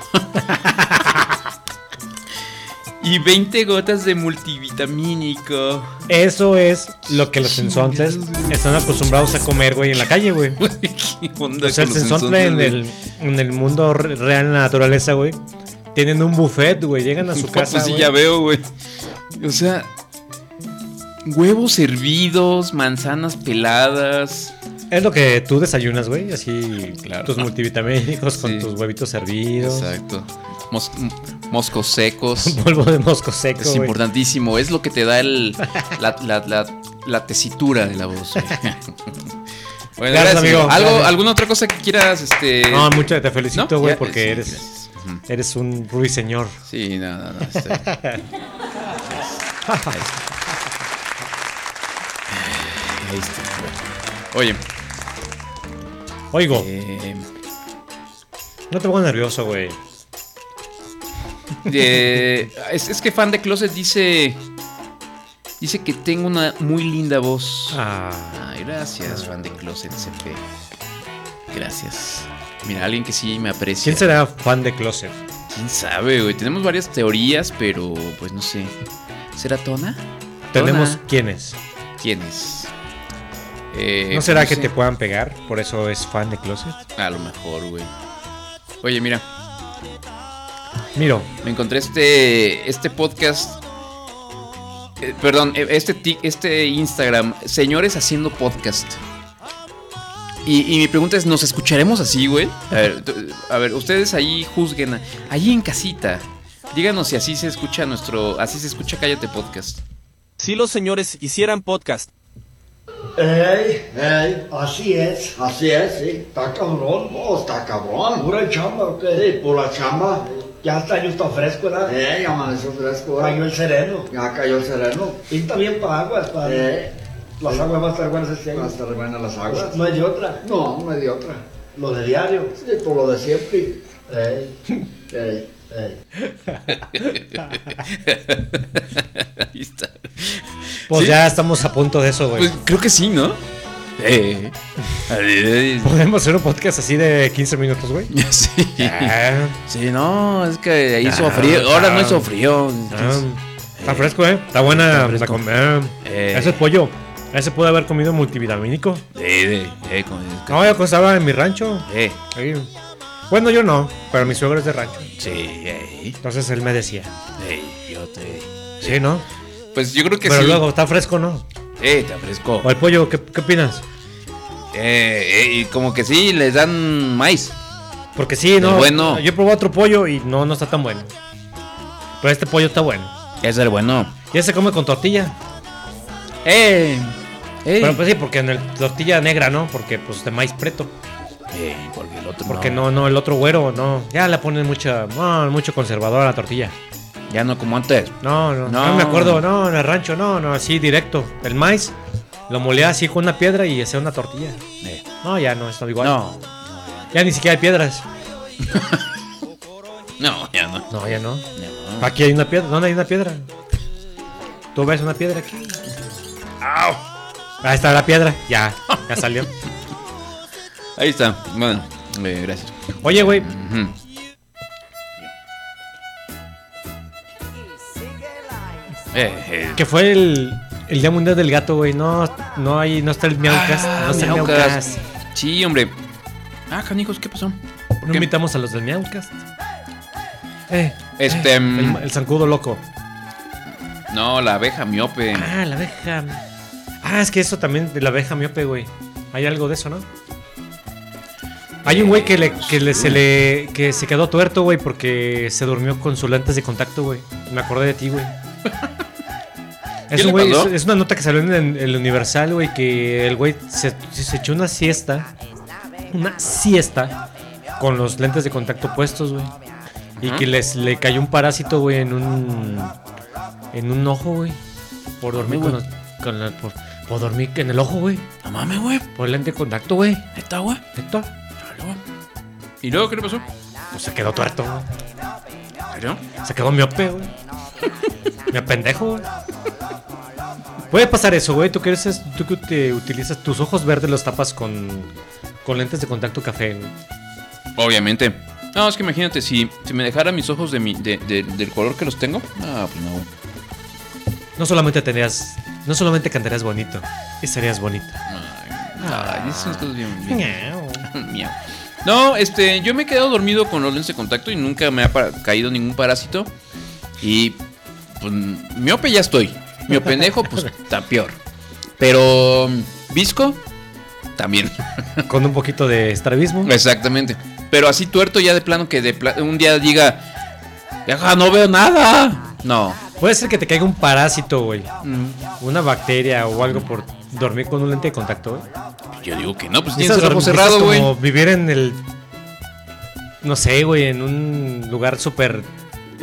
y 20 gotas de multivitamínico.
Eso es lo que los sensontles están acostumbrados a comer, güey, en la calle, güey.
¿Qué onda
O sea, el
con los
sensontle en
sensontles,
el, en el mundo re- real, en la naturaleza, güey. Tienen un buffet, güey. Llegan a su
No,
casa.
pues sí,
güey.
ya veo, güey. O sea, huevos hervidos, manzanas peladas.
Es lo que tú desayunas, güey. Así,
Claro.
tus multivitamínicos con
Sí.
tus huevitos hervidos.
Exacto. Mos- m- moscos secos.
Polvo de mosco seco.
Es
güey.
importantísimo. Es lo que te da el, la, la- la- la tesitura de la voz. güey. bueno,
Gracias, amigo.
¿Algo,
Gracias.
¿Alguna otra cosa que quieras? Este...
No, mucho te felicito,
¿No?
güey,
Ya,
porque
sí,
eres,
gracias. Ujú.
eres un ruiseñor.
Sí, no, no, no. está bien. Ahí está. Ahí está. Oh. Oye.
Oigo. No te pongas nervioso, güey.
Eh, es, es que fan de Closet dice. Dice que tengo una muy linda voz.
Ah,
Ay, gracias, fan de Closet CP. Ah. Gracias. Mira, alguien que sí me aprecia.
¿Quién será fan de Closet?
¿Quién sabe, güey? Tenemos varias teorías, pero pues no sé. ¿Será Tona?
Tenemos quiénes.
¿Quiénes? Eh,
¿No será
pues,
que
sé.
te puedan pegar? Por eso es fan de Closet.
A lo mejor, güey. Oye, mira.
Miro.
Me encontré este, este podcast. eh, perdón, eh, este, tic- este Instagram. Señores haciendo podcast. Y, y mi pregunta es: ¿nos escucharemos así, güey? A ver, tú- a ver, ustedes ahí juzguen. Ahí en casita. Díganos si así se escucha nuestro. Así se escucha Cállate Podcast.
Si los señores hicieran podcast.
Ey, ey, así es, así es, sí. Está cabrón, no, está cabrón.
¿Pura chamba o qué?
Sí, pura chamba.
Ya está, yo está fresco, ¿verdad?
Ey, amaneció fresco. ¿verdad?
Cayó el sereno.
Ya cayó el sereno.
Pinta bien para aguas, para...
Eh.
Las aguas van a estar buenas este año.
Van a estar buenas las aguas.
No hay de otra.
No, no hay de otra.
Lo de diario.
Sí, por lo de siempre. Ey, ey, ey.
Ahí está.
Pues
Sí.
ya estamos a punto de eso, güey.
Pues creo que sí, ¿no? Eh.
Podemos hacer un podcast así de 15 minutos, güey.
Sí. Sí, no, es que ahí hizo
Ah,
frío. Ahora no
ah.
hizo frío.
Ah,
entonces-
está fresco, ¿eh? Está buena
Está
la
fresco.
comida.
Eh.
Ese pollo. Ese puede haber comido multivitamínico.
Eh, eh, eh, como-
No, yo estaba en mi rancho.
Eh.
Ahí. Bueno, yo no, pero mi suegro es de rancho.
Sí, eh.
Entonces él me decía.
Eh, yo te.
Sí, ¿no?
Pues yo creo que
Pero
sí.
luego, ¿está fresco no?
Eh, te fresco.
¿O el pollo? ¿Qué, qué opinas?
Eh, eh, y como que sí, les dan maíz.
Porque sí,
El
¿no?
bueno.
Yo probé otro pollo y no, no está tan bueno. Pero este pollo está bueno.
Es el bueno.
Ya se come con tortilla.
¡Eh!
Pero pues sí, porque en el tortilla negra, ¿no? Porque pues de maíz preto.
eh, porque el otro
Porque no, no, el otro güero, no. Ya le ponen mucha, no, mucho conservador a la tortilla.
Ya no como antes.
No, no, no,
No.
me acuerdo, no, en el rancho, no, no, así directo. El maíz lo molea así con una piedra y hacía una tortilla.
Eh.
No, ya no, está igual.
No.
Ya ni siquiera hay piedras.
No, ya no.
No, ya no. Aquí hay una piedra, ¿dónde hay una piedra? ¿Tú ves una piedra aquí? Ahí está la piedra, ya, ya salió.
Ahí está. Bueno, eh, gracias.
Oye, güey.
Ujú. Eh, eh.
Que fue el, el Día Mundial del Gato, güey. No, no hay, no está el Miaucas. no
Ah,
está el
Miaucas.
Miaucas.
Sí, hombre. Ah, canijos, ¿qué pasó?
No invitamos a los del Miaucas. Eh,
Este,
eh,
mm.
el, el zancudo loco.
No, la abeja miope.
Ah, la abeja. Ah, es que eso también de la abeja miope, güey. Hay algo de eso, ¿no? Hay un güey que, le, que le- se le que se quedó tuerto, güey, porque se durmió con sus lentes de contacto, güey. Me acordé de ti, güey. Es,
¿Qué
un
le
güey, es,
pasó?
es una nota que salió en el- el Universal, güey, que el güey se, se echó una siesta, una siesta, con los lentes de contacto puestos, güey. Y
Ajá.
que les, le cayó un parásito, güey, en un, en un ojo, güey. Por dormir
Uy,
con,
güey.
los- con la- por, por dormir en el ojo, güey.
No mames, güey.
Por el lente de contacto, güey.
¿Está, güey?
Neta.
¿Y luego qué le pasó?
Pues se quedó tuerto, güey.
¿Pero?
Se quedó miope, güey. Me pendejo, güey. Puede pasar eso, güey. Tú que eres- tú que te utilizas tus ojos verdes los tapas con, con lentes de contacto café, güey.
Obviamente. No, es que imagínate, si, si me dejara mis ojos de mi, de- de- del color que los tengo. Ah, pues no, güey.
No solamente tendrías, no solamente cantarías bonito, estarías bonita.
Ay, esas son cosas bien. bien- Miau. No, este, yo me he quedado dormido con los lentes de contacto y nunca me ha pa- caído ningún parásito. Y pues, miope ya estoy. Mio pendejo, pues está peor. Pero mm, visco, también.
Con un poquito de estrabismo.
Exactamente. Pero así tuerto ya de plano que de pla- un día diga, "Ajá, no veo nada. No. Mm,
Puede ser que te caiga un parásito, güey. Una bacteria o algo por dormir con un lente de contacto, güey.
Yo digo que no, pues
Esas
tienes el ojo
dormidas
cerrado, güey.
Como vivir en el. No sé, güey, en un lugar súper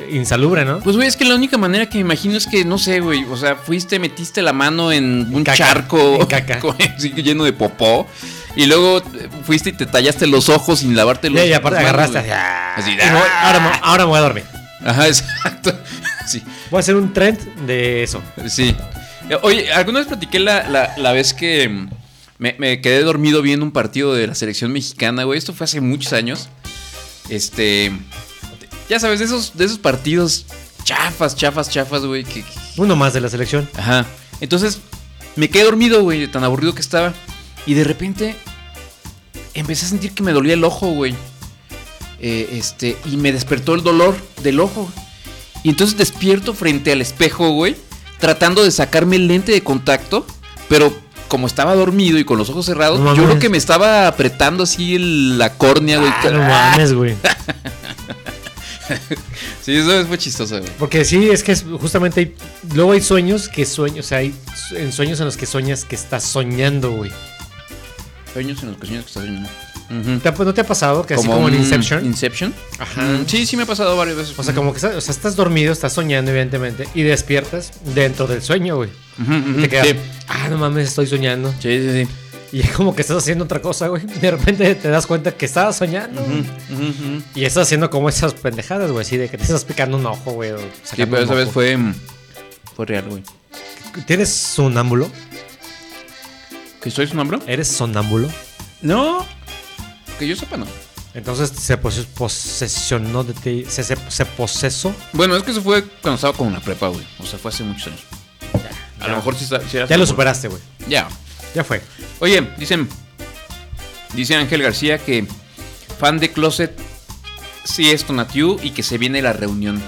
insalubre, ¿no?
Pues, güey, es que la única manera que me imagino es que, no sé, güey, o sea, fuiste, metiste la mano en un charco con- sí, lleno de popó. Y luego eh, fuiste y te tallaste los ojos sin lavarte los
Ya, y aparte
las manos,
agarraste
güey.
así. ah.
Así, "Ah".
Y voy- ahora, me- ahora me voy a dormir.
Ajá, exacto. Sí.
Voy a hacer un trend de eso.
Sí. Eh, Oye, alguna vez platiqué la, la- la vez que mm, me, me quedé dormido viendo un partido de la selección mexicana, güey. Esto fue hace muchos años. Este. Ya sabes, de esos, de esos partidos chafas, chafas, chafas, güey. Que, que-
Uno más de la selección.
Ajá. Entonces, me quedé dormido, güey, de tan aburrido que estaba. Y de repente, empecé a sentir que me dolía el ojo, güey. Eh, este, y me despertó el dolor del ojo. Y entonces despierto frente al espejo, güey, tratando de sacarme el lente de contacto, pero como estaba dormido y con los ojos cerrados,
No
yo creo
mames.
que me estaba apretando así el- la córnea, güey.
Ah, no mames, güey.
sí, eso fue chistoso, güey.
Porque sí, es que es- justamente hay, luego hay sueños que sueños, o sea, hay su- en sueños en los que sueñas que estás soñando, güey.
Sueños en los que sueños que estás soñando.
¿Te ha- ¿No te ha pasado que así
Como
como en
un
Inception?
Inception. Mm, sí, sí me ha pasado varias veces.
O sea, como que estás, o sea, estás dormido, estás soñando, evidentemente, y despiertas dentro del sueño, güey.
ujú,
Y te quedas,
sí.
ah, no mames, estoy soñando.
Sí, sí, sí.
Y es como que estás haciendo otra cosa, güey. De repente te das cuenta que estabas soñando. Y estás haciendo como esas pendejadas, güey, así de que te estás picando un ojo, güey. o
Sí,
sacando
pero
un
esa vez
ojo.
fue, mm, fue real, güey.
¿Tienes sonámbulo?
¿Que soy sonámbulo?
¿Eres sonámbulo?
No. Que yo sepa, no.
Entonces se pose- posesionó de ti. Se, se, se posesó.
Bueno, es que eso fue cuando estaba con la prepa, güey. O sea, fue hace muchos años. A lo mejor sí, está- sí era
Ya lo
sonámbulo.
superaste, güey.
Ya.
Ya fue.
Oye, dicen. Dice Ángel García que fan de Closet sí es Tonatiu y que se viene la reunión.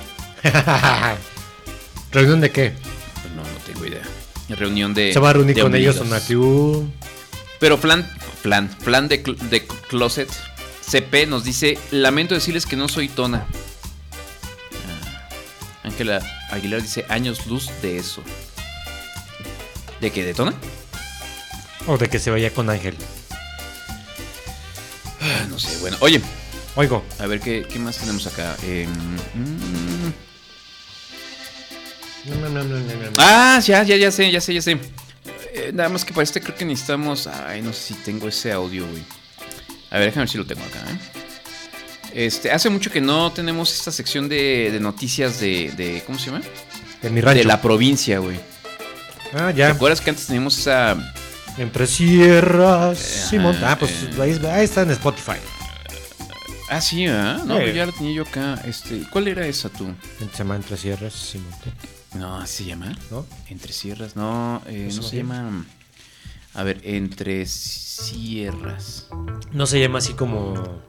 ¿Reunión de qué?
Pues no, no tengo idea. Reunión de.
se va a reunir
Eh, de
con ellos
unidos.
Sonatiu.
Pero plan, plan, plan de, cl- de closet. CP nos dice, lamento decirles que no soy tona. Ah, Ángela Aguilar dice, años luz de eso. ¿De qué? ¿De tona?
O de que se vaya con Ángel.
Ah, No sé, bueno. Oye.
Oigo.
A ver, ¿qué, qué más tenemos acá? Em, mm, Ah, ya, ya, ya sé, ya sé, ya sé. Eh, nada más que para este creo que necesitamos. Ay, no sé si tengo ese audio, güey. A ver, déjame ver si lo tengo acá. ¿eh? Este, hace mucho que no tenemos esta sección de, de noticias de, de- ¿Cómo se llama?
De mi rancho.
De la provincia, güey.
Ah,
¿Te
ya.
acuerdas que antes teníamos esa.
Entre sierras y
Ajá,
montañas. Ah, pues
eh.
ahí, ahí está en Spotify.
Ah, sí, ¿ah? No,
Sí.
pero ya la tenía yo acá. Este, ¿Cuál era esa tú?
Se llama Entre sierras y montañas.
No, ¿así se llama?
¿No?
Entre sierras, no, eh, no
Eso no
se
tiene.
llama. A ver, entre sierras.
No se llama así como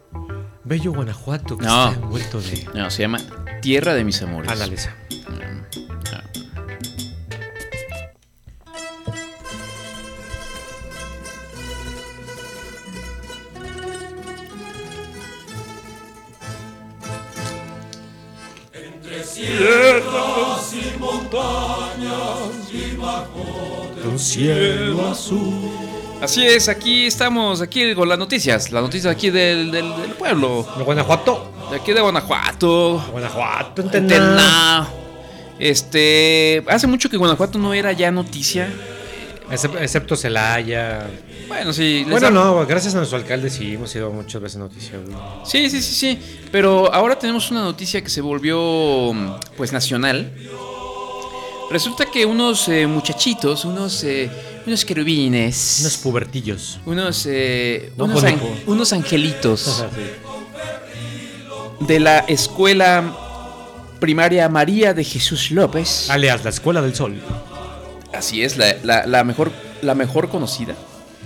Bello Guanajuato, que
No.
está envuelto de.
No, se llama Tierra de mis amores.
Analiza.
Entre sierras y montañas y bajo de un cielo azul.
Así es, aquí estamos, aquí con las noticias, las noticias aquí del, del, del pueblo.
De Guanajuato.
De aquí de Guanajuato.
Guanajuato,
Tená. Este, hace mucho que Guanajuato no era ya noticia.
Excep- Excepto Celaya.
Bueno, sí. les
Bueno,
da-
no, gracias a nuestro alcalde sí hemos ido muchas veces noticias.
Sí, sí, sí, sí. Pero ahora tenemos una noticia que se volvió pues nacional. Resulta que unos eh, muchachitos, unos, eh, unos querubines,
Unos pubertillos.
unos, eh,
No,
unos,
con
an-
hipo.
unos angelitos
Ajá, sí.
de la escuela primaria María de Jesús López.
Alias, la Escuela del Sol.
Ah, Así es, la, la- la mejor, la mejor conocida.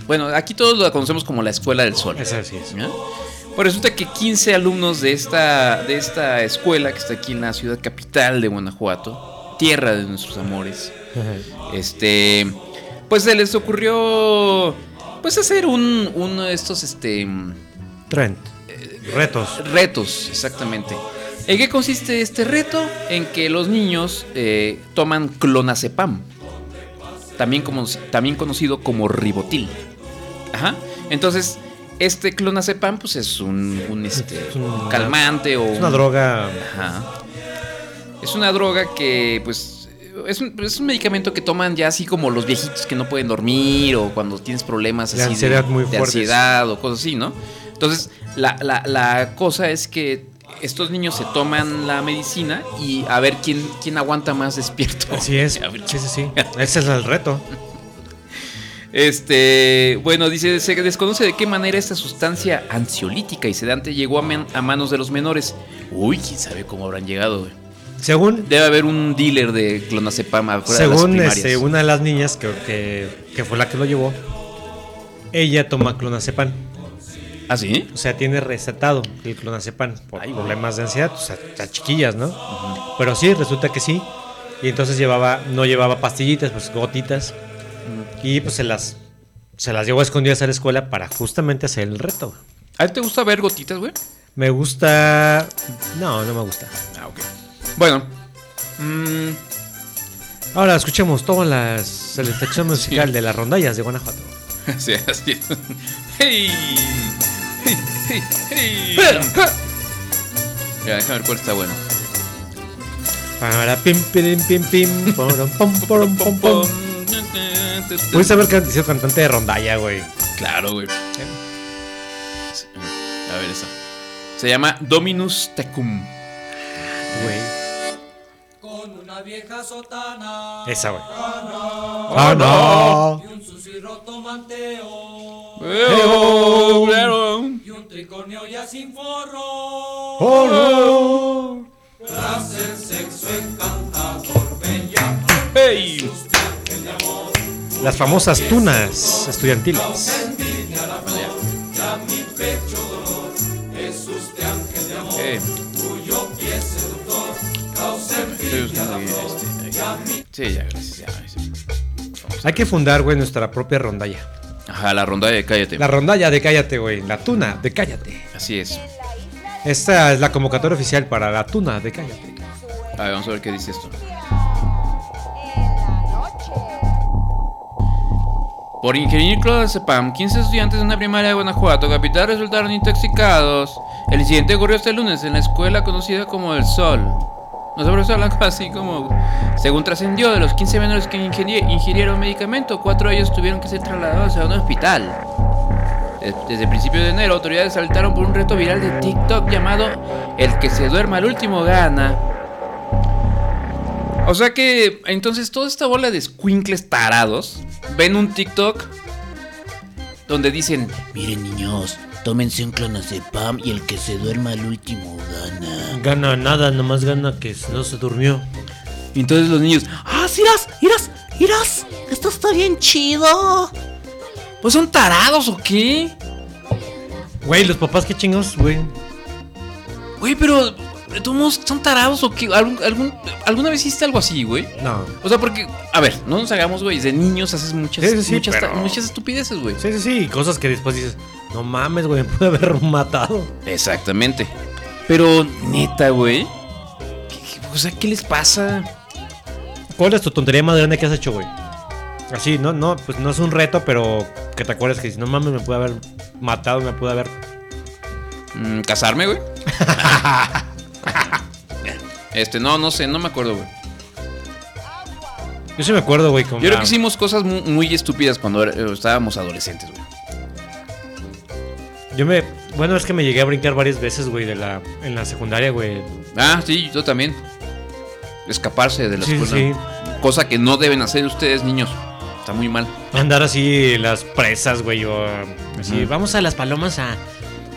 Bueno, aquí todos la conocemos como la Escuela del Sol.
Es así es.
¿Ya? Pues resulta que 15 alumnos de esta, de esta escuela que está aquí en la ciudad capital de Guanajuato, tierra de nuestros amores, este, pues se les ocurrió pues hacer un, uno de estos este,
Trent. Eh, Retos.
retos, exactamente. ¿En qué consiste este reto? En que los niños eh, toman clonazepam, también, como, también conocido como ribotil. Ajá. Entonces, este clonazepam pues es un, un, este,
Es una-
calmante o...
Es una
un-
droga
Ajá. Es una droga que, pues, es un, es un medicamento que toman ya así como los viejitos que no pueden dormir o cuando tienes problemas así
De ansiedad muy
de
fuertes.
ansiedad o cosas así, ¿no? Entonces, la, la- la cosa es que estos niños se toman la medicina y a ver quién, quién aguanta más despierto.
Así es. Sí, sí, sí. Ese es el reto.
Este, bueno, dice, se desconoce de qué manera esta sustancia ansiolítica y sedante llegó a, men- a manos de los menores. Uy, quién sabe cómo habrán llegado. güey.
Según
Debe haber un dealer de clonazepam afuera
Según
de las primarias.
este, una de las niñas que, que, que fue la que lo llevó, ella toma clonazepam.
¿Ah, sí?
O sea, tiene recetado el clonazepam por problemas de ansiedad, o sea, a chiquillas, ¿no? Pero sí, resulta que sí. Y entonces llevaba, no llevaba pastillitas, pues gotitas. Y pues se las, se las llevó escondidas a la escuela para justamente hacer el reto.
¿A ti te gusta ver gotitas, güey?
Me gusta... No, no me gusta.
Ah, ok. Bueno. mm,
Ahora escuchemos toda la selección musical de las rondallas de Guanajuato.
sí, así es. ¡Hey! ¡Hey, hey, hey! Ya, déjame ver cuál está bueno.
Para pim, pirim, pim, pim, porom, pom, porom, pom, pom. Pudiste haber can- sido cantante de rondalla, güey.
Claro, güey. A ver esa. Se llama Dominus Tecum.
Güey.
Con una vieja sotana.
Esa, güey.
Ah,
no.
Y un susurroto manteo.
Eo, claro.
Y un tricornio ya sin forro.
Ah, Oh,
Clase sexo encantador, bella.
¡Hey!
Las famosas tunas estudiantiles.
Envidia la flor, da mi pecho dolor. Es usted ángel de amor,
Eh,
cuyo pie seductor causa
estoy
envidia la
buscando aquí,
flor.
este,
da
ahí.
mi
Sí, ya, gracias. ya, ahí sí.
Hay que fundar, güey, nuestra propia rondalla.
Ajá, la ronda de cállate.
La rondalla de Cállate, güey. La tuna de Cállate.
Así es.
Esta es la convocatoria oficial para la tuna de Cállate.
A ver, vamos a ver qué dice esto. Por ingerir clonazepam, 15 estudiantes de una primaria de Guanajuato capital resultaron intoxicados. El incidente ocurrió este lunes en la escuela conocida como El Sol. Nosotros hablamos así como... Según trascendió, de los 15 menores que ingenie- ingirieron medicamento, cuatro de ellos tuvieron que ser trasladados a un hospital. De- Desde principios de enero, autoridades saltaron por un reto viral de TikTok llamado El que se duerma al último gana. O sea que entonces toda esta bola de squinkles tarados ven un TikTok donde dicen,
Miren niños, tómense un clonazepam y el que se duerma al último gana.
Gana nada, nomás gana que no se durmió.
Y entonces los niños,
¡Ah, irás, irás, irás! Esto está bien chido.
pues son tarados o qué?
Güey, los papás qué chingos, güey.
Güey, pero de todos modos, son tarados o qué? ¿Algún, algún- alguna vez hiciste algo así, güey?
No.
O sea, porque, a ver, no nos hagamos, güey, de niños haces muchas,
Sí, sí, sí,
muchas, ta-
pero-
muchas estupideces, güey.
Sí, sí, sí. Cosas que después dices, no mames, güey, me pude haber matado.
Exactamente. Pero, neta, güey. ¿qué- qué- O sea, ¿qué les pasa?
¿Cuál es tu tontería más grande que has hecho, güey? Así, no, no, pues no es un reto, pero que te acuerdes que dices, no mames, me pude haber matado, me pude haber.
Mm, ¿Casarme, güey? este, no, no sé, no me acuerdo, güey.
Yo sí me acuerdo, güey, como.
Yo creo que hicimos cosas mu- muy, estúpidas cuando era- eh, estábamos adolescentes, güey.
Yo me. Bueno, es que me llegué a brincar varias veces, güey, de la, en la secundaria, güey.
Ah, sí, yo también. Escaparse de la
Sí,
escuela. Cosa que no deben hacer ustedes, niños. Está muy mal.
Andar así en las presas, güey, o. Así,
Ujú.
vamos a las palomas a.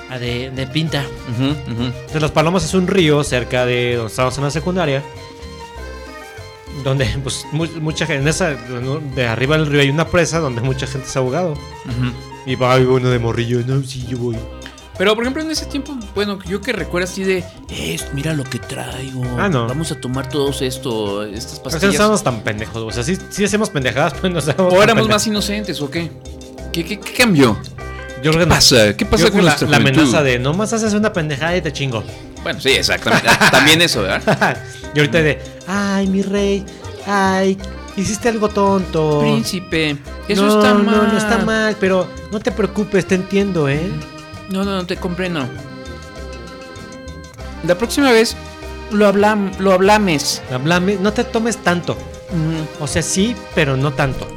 a de, de pinta.
Ujú, ujú.
Entonces, las palomas es un río cerca de donde estábamos en la secundaria. Donde, pues, mu- mucha gente. En esa, de arriba del río hay una presa donde mucha gente se ha ahogado.
Ujú.
Y va uno de morrillo. No, sí, yo voy.
Pero, por ejemplo, en ese tiempo, bueno, yo que recuerdo así de... "Es, mira lo que traigo.
Ah, no.
Vamos a tomar todos esto, estas
O sea, no
pastillas.
estábamos tan pendejos. O sea, sí, sí hacemos pendejadas, pero no estábamos
¿O
tan
éramos
pendejos.
más inocentes o qué? ¿Qué, qué- qué cambió?
Yo creo que
¿Qué
no.
pasa? ¿Qué pasa
Yo creo
con
la,
nuestra
la
juventud?
amenaza de nomás haces una pendejada y te chingo?
Bueno, sí, exactamente. Ah, También eso, ¿verdad?
Y ahorita de, ay, mi rey, ay, hiciste algo tonto.
Príncipe, eso
No,
está
no,
mal.
No, está mal, pero no te preocupes, te entiendo, ¿eh?
No, no, no te comprendo. La próxima vez
lo, hablam, lo hablames.
Hablame- no te tomes tanto. O sea, sí, pero no tanto.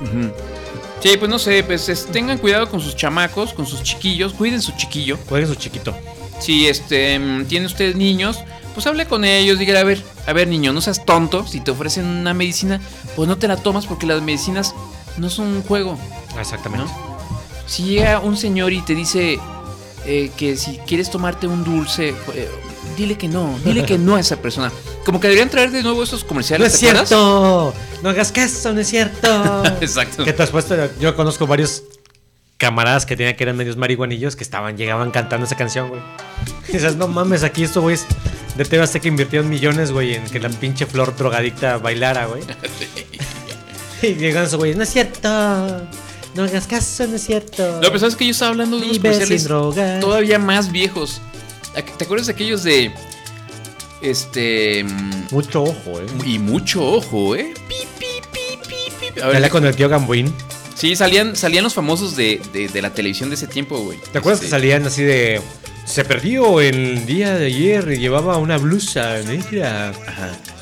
Sí, pues no sé, pues es- tengan cuidado con sus chamacos, con sus chiquillos, cuiden su chiquillo.
Cuiden su chiquito.
Si este mm, tiene usted niños, pues hable con ellos, diga, a ver, a ver niño, no seas tonto, si te ofrecen una medicina, pues no te la tomas porque las medicinas no son un juego.
Ah, Exactamente.
Si llega un señor y te dice eh, que si quieres tomarte un dulce, eh, dile que no, dile que no a esa persona. Como que deberían traer de nuevo esos comerciales.
¡No es
¿te acuerdas?
cierto! ¡No hagas caso, no es cierto!
Exacto.
Que te has puesto, yo conozco varios camaradas que tenían que eran medios marihuanillos que estaban, llegaban cantando esa canción, güey. Y dices, no mames, aquí esto, güey, es de TV Azteca que invirtieron millones, güey, en que la pinche flor drogadicta bailara, güey. Y llegan esos güeyes, no es cierto, no hagas caso, no es cierto.
Lo que pasa es que yo estaba hablando de unos
Vive sin
comerciales
drogas.
todavía más viejos. Ac- ¿Te acuerdas de aquellos de. Este. mm,
Mucho ojo, eh.
Y mucho ojo, eh. Pi, pi, pi, pi, pi. A ver,
Dale con el tío Gambuín.
Sí, salían, salían los famosos de, de- de la televisión de ese tiempo, güey. Este,
¿Te acuerdas que salían así de... Se perdió el día de ayer y llevaba una blusa negra.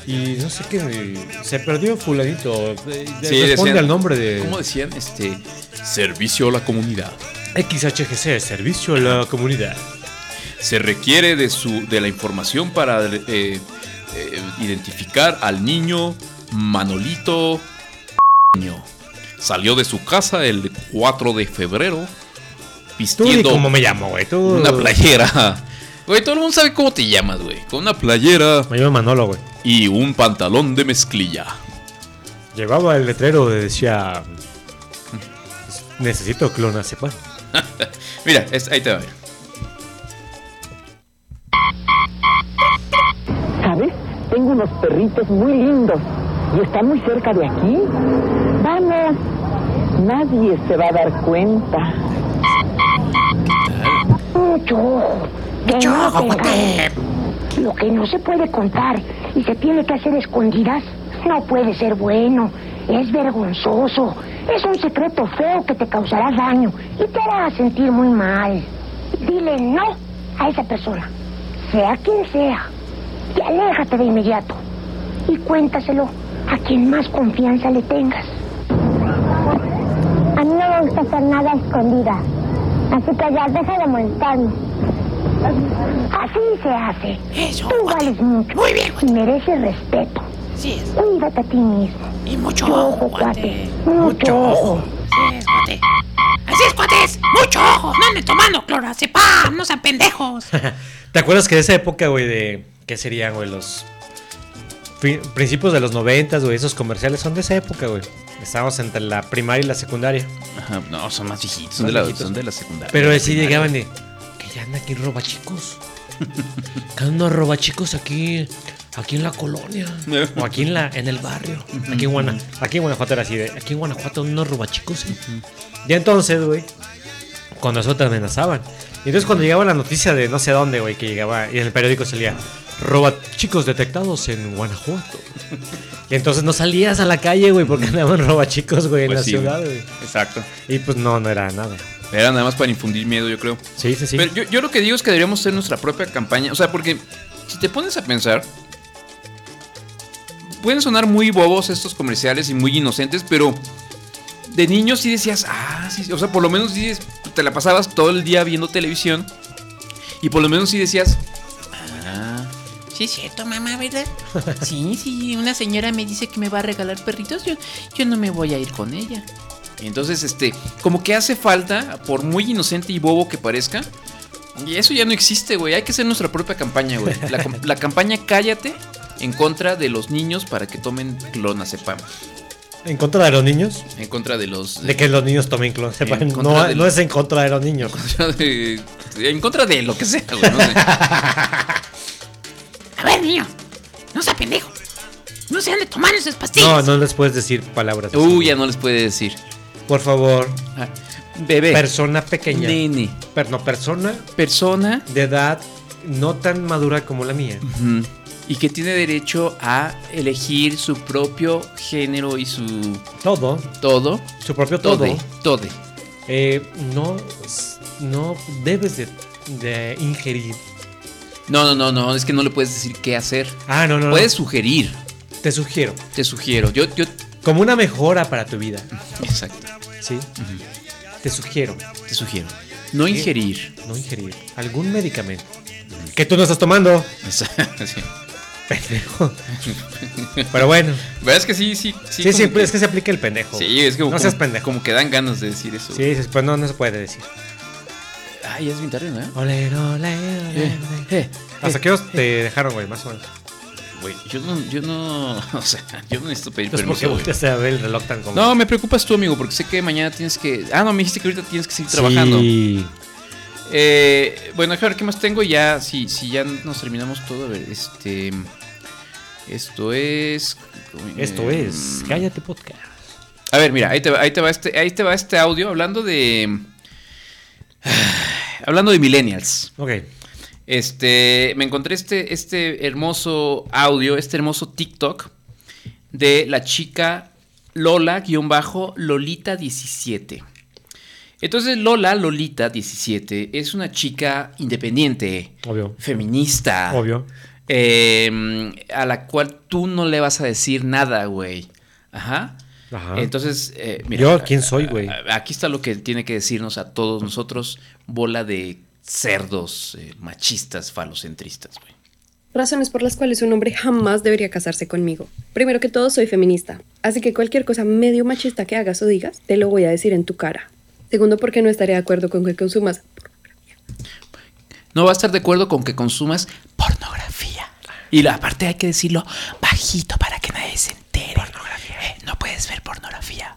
Y no sé qué... Se perdió fulanito. eh, responde
decían-
al nombre de...
¿Cómo decían? Este. Servicio a la comunidad.
XHGC, servicio a la comunidad.
Se requiere de su. de la información para eh, eh, identificar al niño Manolito. Salió de su casa el 4 de febrero.
Tú di
Vistiendo
cómo me llamo, güey. Tú...
una playera. Güey, todo el mundo sabe cómo te llamas, güey. Con una playera.
Me llamo Manolo, güey.
Y un pantalón de mezclilla.
Llevaba el letrero de decía... "Pues, Necesito clonazepam.
Mira, es- ahí te va.
¿Sabes? Tengo unos perritos muy lindos y están muy cerca de aquí. Vamos, nadie se va a dar cuenta. Mucho ojo. que
Mucho
no
ojo,
te
cuate.
ganen. Lo que no se puede contar y se tiene que hacer escondidas no puede ser bueno. Es vergonzoso. Es un secreto feo que te causará daño y te hará sentir muy mal. Dile no a esa persona, sea quien sea. Y aléjate de inmediato. Y cuéntaselo a quien más confianza le tengas.
A mí no me gusta hacer nada escondida. Así que ya deja de molestarme.
Así se hace. Eso. Tú vales mucho. Muy bien. Y mereces respeto. Sí es. Cuídate a ti mismo. Y mucho ojo, cuate. Mucho ojo.
Así es, cuate. Así es, cuates. Mucho ojo. No anden tomando clorazepam. No sean pendejos.
¿Te acuerdas que de esa época, güey, de. ¿Qué serían, güey? Los. fi- Principios de los noventas, güey. Esos comerciales son de esa época, güey. Estábamos entre la primaria y la secundaria.
Ajá, no, son más viejitos. Son, de la,
viejitos.
son de la secundaria.
Pero
de
así
primaria.
llegaban de. Que ya anda aquí roba chicos. Que andan unos roba chicos aquí. Aquí en la colonia. O aquí en la en el barrio. Aquí en, Guana- aquí en Guanajuato era así de. Aquí en Guanajuato unos robachicos. ¿eh? Ya entonces, güey. Con nosotros amenazaban. Y entonces cuando llegaba la noticia de no sé dónde, güey, que llegaba. Y en el periódico salía. Robachicos detectados en Guanajuato. Y entonces no salías a la calle, güey, porque andaban robachicos, güey, en
Pues
la
sí,
ciudad,
güey.
güey.
Exacto.
Y pues no, no era nada.
Era nada más para infundir miedo, yo creo.
Sí, sí, sí.
Pero yo, yo lo que digo es que deberíamos hacer nuestra propia campaña. O sea, porque si te pones a pensar, pueden sonar muy bobos estos comerciales y muy inocentes, pero de niño sí decías, ah, sí, sí". o sea, por lo menos sí dices, te la pasabas todo el día viendo televisión y por lo menos sí decías, ah,
Sí, es cierto, mamá, ¿verdad? Sí, sí. Una señora me dice que me va a regalar perritos. Yo, yo no me voy a ir con ella.
Entonces, este, como que hace falta, por muy inocente y bobo que parezca, y eso ya no existe, güey. Hay que hacer nuestra propia campaña, güey. La, com- la campaña Cállate en contra de los niños para que tomen clonazepam.
En contra de los niños.
En contra de los.
De que los niños tomen clonazepam.
En contra
No,
del-
no es en contra de los niños.
eh, de- en contra de lo que sea, güey. no sé.
A ver, niño. No sea pendejo. No se han de tomar esas pastillas.
No, no les puedes decir palabras. así.
Uy, ya no les puede decir.
Por favor.
Bebé.
Persona Ah. pequeña.
Nene.
Per- no, persona.
Persona.
De edad no tan madura como la mía.
Ujú. Y que tiene derecho a elegir su propio género y su.
Todo.
Todo.
Su propio todo.
Tode. tode.
Eh, no, no debes de, de ingerir
No, no, no, no, es que no le puedes decir qué hacer.
Ah, no, no.
Puedes sugerir.
Te sugiero.
Te sugiero. Yo, yo.
Como una mejora para tu vida.
Exacto.
Sí. Te sugiero.
Te sugiero. No
Sí.
ingerir.
No ingerir. Algún medicamento. Que tú no estás tomando.
Sí.
Pendejo. Pero bueno.
¿Verdad? Es que sí, sí, sí.
Sí,
como
siempre
que-
es que se aplica el pendejo.
Sí, es que
No
como,
seas pendejo.
como que dan ganas de decir eso.
Sí, dices, pues no, no se puede decir.
Ay, es vintage, ¿no? Eh,
Ole, ole, ole, ole. Eh, ¿Hasta qué os te dejaron, güey? Más o menos.
Güey, yo no, yo no, o sea, yo no necesito pedir
Entonces, ¿por qué
permiso. güey.
Pues, volteaste a ver el reloj tan como-
No, me preocupas tú, amigo, porque sé que mañana tienes que. Ah, no, me dijiste que ahorita tienes que seguir trabajando.
Sí.
Eh, bueno, déjame ver qué más tengo. y Ya, si, si ya nos terminamos todo, a ver, este. Esto es.
Esto
eh,
es. Cállate, podcast.
A ver, mira, ahí te va, ahí te va este, ahí te va este audio hablando de. Hablando de millennials.
Ok.
Este, me encontré este, este hermoso audio, este hermoso TikTok de la chica Lola-Lolita17. Entonces, Lola Lolita17 es una chica independiente,
Obvio.
feminista,
Obvio.
eh, a la cual tú no le vas a decir nada, güey. Ajá.
Ajá.
Entonces, eh, mira,
Yo, ¿quién soy, güey?
aquí está lo que tiene que decirnos a todos nosotros, bola de cerdos eh, machistas falocentristas, güey.
Razones por las cuales un hombre jamás debería casarse conmigo. Primero que todo, soy feminista, así que cualquier cosa medio machista que hagas o digas, te lo voy a decir en tu cara. Segundo, porque no estaré de acuerdo con que consumas.
No va a estar de acuerdo con que consumas pornografía. Y la, aparte hay que decirlo bajito para que nadie se entere. Pornografía. no puedes ver pornografía.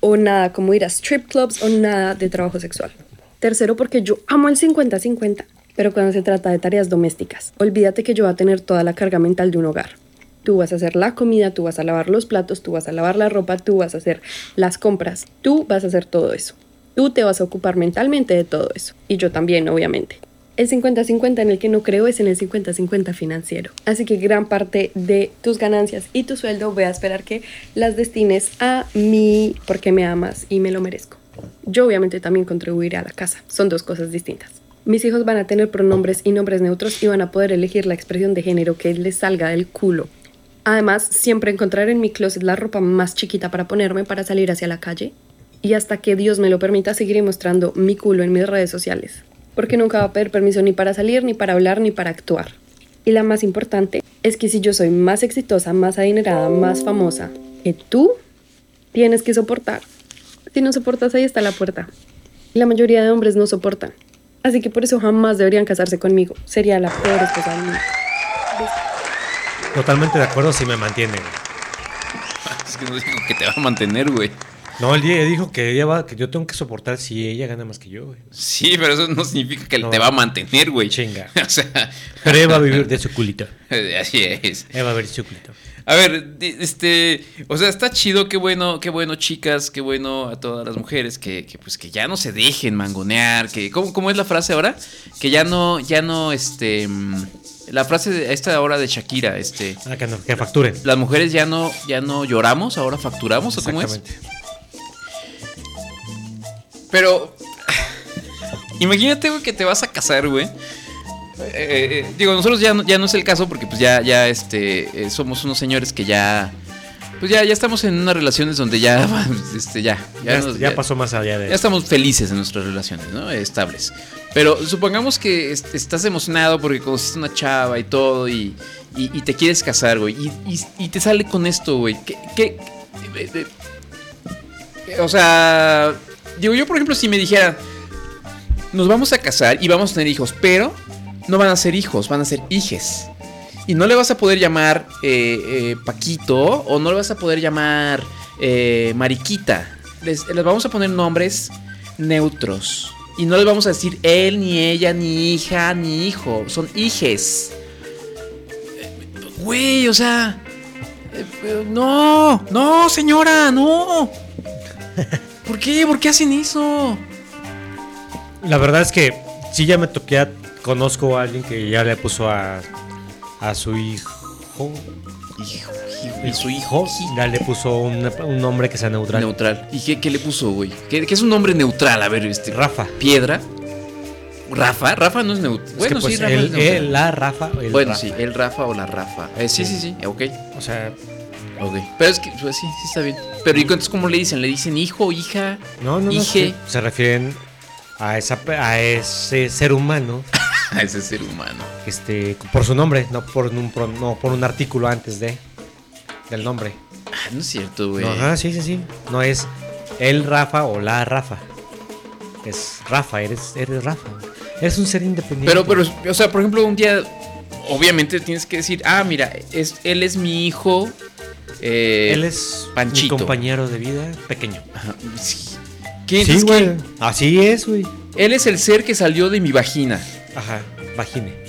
o nada como ir a strip clubs o nada de trabajo sexual. Tercero, porque yo amo el 50-50, pero cuando se trata de tareas domésticas, olvídate que yo voy a tener toda la carga mental de un hogar. Tú vas a hacer la comida, tú vas a lavar los platos, tú vas a lavar la ropa, tú vas a hacer las compras, tú vas a hacer todo eso. Tú te vas a ocupar mentalmente de todo eso. Y yo también, obviamente. El 50-50 en el que no creo es en el 50-50 financiero. Así que gran parte de tus ganancias y tu sueldo voy a esperar que las destines a mí porque me amas y me lo merezco. Yo obviamente también contribuiré a la casa. Son dos cosas distintas. Mis hijos van a tener pronombres y nombres neutros y van a poder elegir la expresión de género que les salga del culo. Además, siempre encontrar en mi closet la ropa más chiquita para ponerme para salir hacia la calle. Y hasta que Dios me lo permita, seguiré mostrando mi culo en mis redes sociales. Porque nunca va a pedir permiso ni para salir, ni para hablar, ni para actuar. Y la más importante es que si yo soy más exitosa, más adinerada, más famosa que tú, tienes que soportar. Si no soportas, ahí está la puerta. Y La mayoría de hombres no soportan. Así que por eso jamás deberían casarse conmigo. Sería la peor esposa del mundo.
Totalmente de acuerdo si me mantienen.
Es que no digo que te va a mantener, güey.
No, el día dijo que ella va, que yo tengo que soportar si ella gana más que yo, güey.
Sí, pero eso no significa que te va a mantener, güey.
Chinga.
o sea,
Pero ella va a vivir de su culito.
así es.
Ella va a ver su culito.
A ver, di- este, o sea, está chido, qué bueno, qué bueno, chicas, qué bueno a todas las mujeres que, que, pues que ya no se dejen mangonear, que ¿cómo, cómo es la frase ahora? Que ya no ya no este mm, la frase de esta ahora de Shakira, este
Ah, que, no, que facturen.
las mujeres ya no ya no lloramos, ahora facturamos o cómo es? Pero imagínate, güey, que te vas a casar, güey. Eh, eh, digo, nosotros ya no, ya no es el caso porque pues ya, ya este, eh, somos unos señores que ya... Pues ya, ya estamos en unas relaciones donde ya... Este, ya,
Ya,
nos-
ya pasó más allá de
ya estamos felices en nuestras relaciones, ¿no? Estables. Pero supongamos que est- estás emocionado porque conociste una chava y todo y, y- y te quieres casar, güey. Y, y- y te sale con esto, güey. ¿Qué, qué- eh, eh, eh, o sea, digo, yo por ejemplo si me dijera, nos vamos a casar y vamos a tener hijos, pero no van a ser hijos, van a ser hijes. Y no le vas a poder llamar eh, eh, Paquito o no le vas a poder llamar eh, Mariquita. Les, les vamos a poner nombres neutros. Y no les vamos a decir él, ni ella, ni hija, ni hijo. Son hijes. Eh, Güey, o sea... eh, eh, No, no, señora, no. ¿Por qué? ¿Por qué hacen eso?
La verdad es que sí ya me toqué, a- conozco a alguien que ya le puso a, a su hijo.
Hijo,
Y su hijo ya le puso un, un nombre que sea neutral.
Neutral. ¿Y qué, qué le puso, güey? ¿Qué, qué es un nombre neutral? A ver, este.
Rafa.
Piedra. Rafa, Rafa no es neutro.
que,
Bueno,
pues,
sí, Rafa
el-
es neutro.
el- la Rafa, el
bueno,
Rafa.
sí, el Rafa o la Rafa. Eh, sí, sí, sí, ok.
O sea.
Ok. Pero es que, pues sí, sí está bien. Pero ¿y entonces cómo le dicen? ¿Le dicen hijo, hija?
No, no, no.
Hije.
sí, Se refieren a, esa, pe- a ese ser humano.
a ese ser humano.
Este, por su nombre, no por un, pro- no por un artículo antes de. Del nombre.
Ah, no es cierto, güey.
Ajá, sí, sí, sí. Pues, No es el Rafa o la Rafa. Es Rafa, eres, eres Rafa. Eres un ser independiente.
Pero, pero, o sea, por ejemplo, un día, obviamente tienes que decir, ah, mira, es, él es mi hijo. eh,
Él es
Panchito.
mi compañero de vida pequeño.
Sí. ¿Qué?
Sí,
Es que-
güey. Así es, güey.
Él es el ser que salió de mi vagina.
Ajá, vagine.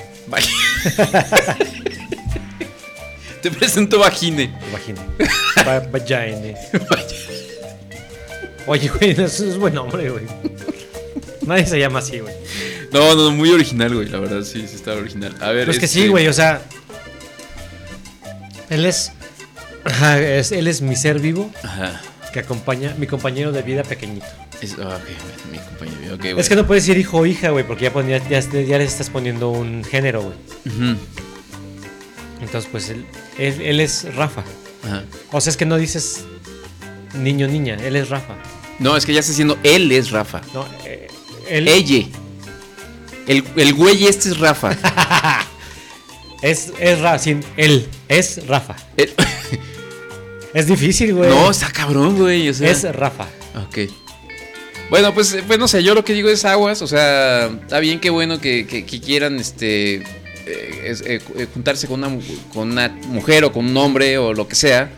Te presento vagine.
Vagine. Va- Vagine. Oye, güey, no, eso es buen nombre, güey. Nadie se llama así, güey.
No, no, muy original, güey. La verdad, sí, sí está original. A ver.
Pero es que sí,
este,
güey, o sea. Él es. Ajá, es- él es mi ser vivo.
Ajá.
Que acompaña mi compañero de vida pequeñito.
es- ah, ok, mi compañero. ok, güey.
Es que no puedes decir hijo o hija, güey, porque ya, ponía- ya, ya le estás poniendo un género, güey.
Ujú.
Entonces, pues él, él, él es Rafa.
Ajá.
O sea, es que no dices niño niña, él es Rafa.
No, es que ya está diciendo él es Rafa.
No, eh, él-
Ella. El, el güey este es Rafa.
es, es Rafa, sin él, es Rafa.
Él-
es difícil, güey.
No, está cabrón, güey. o sea.
Es Rafa.
Ok. Bueno, pues, eh, pues no sé, yo lo que digo es aguas, o sea, está bien, qué bueno que, que- que quieran este eh, es- eh, cu- eh, juntarse con una, mu- con una mujer o con un hombre o lo que sea,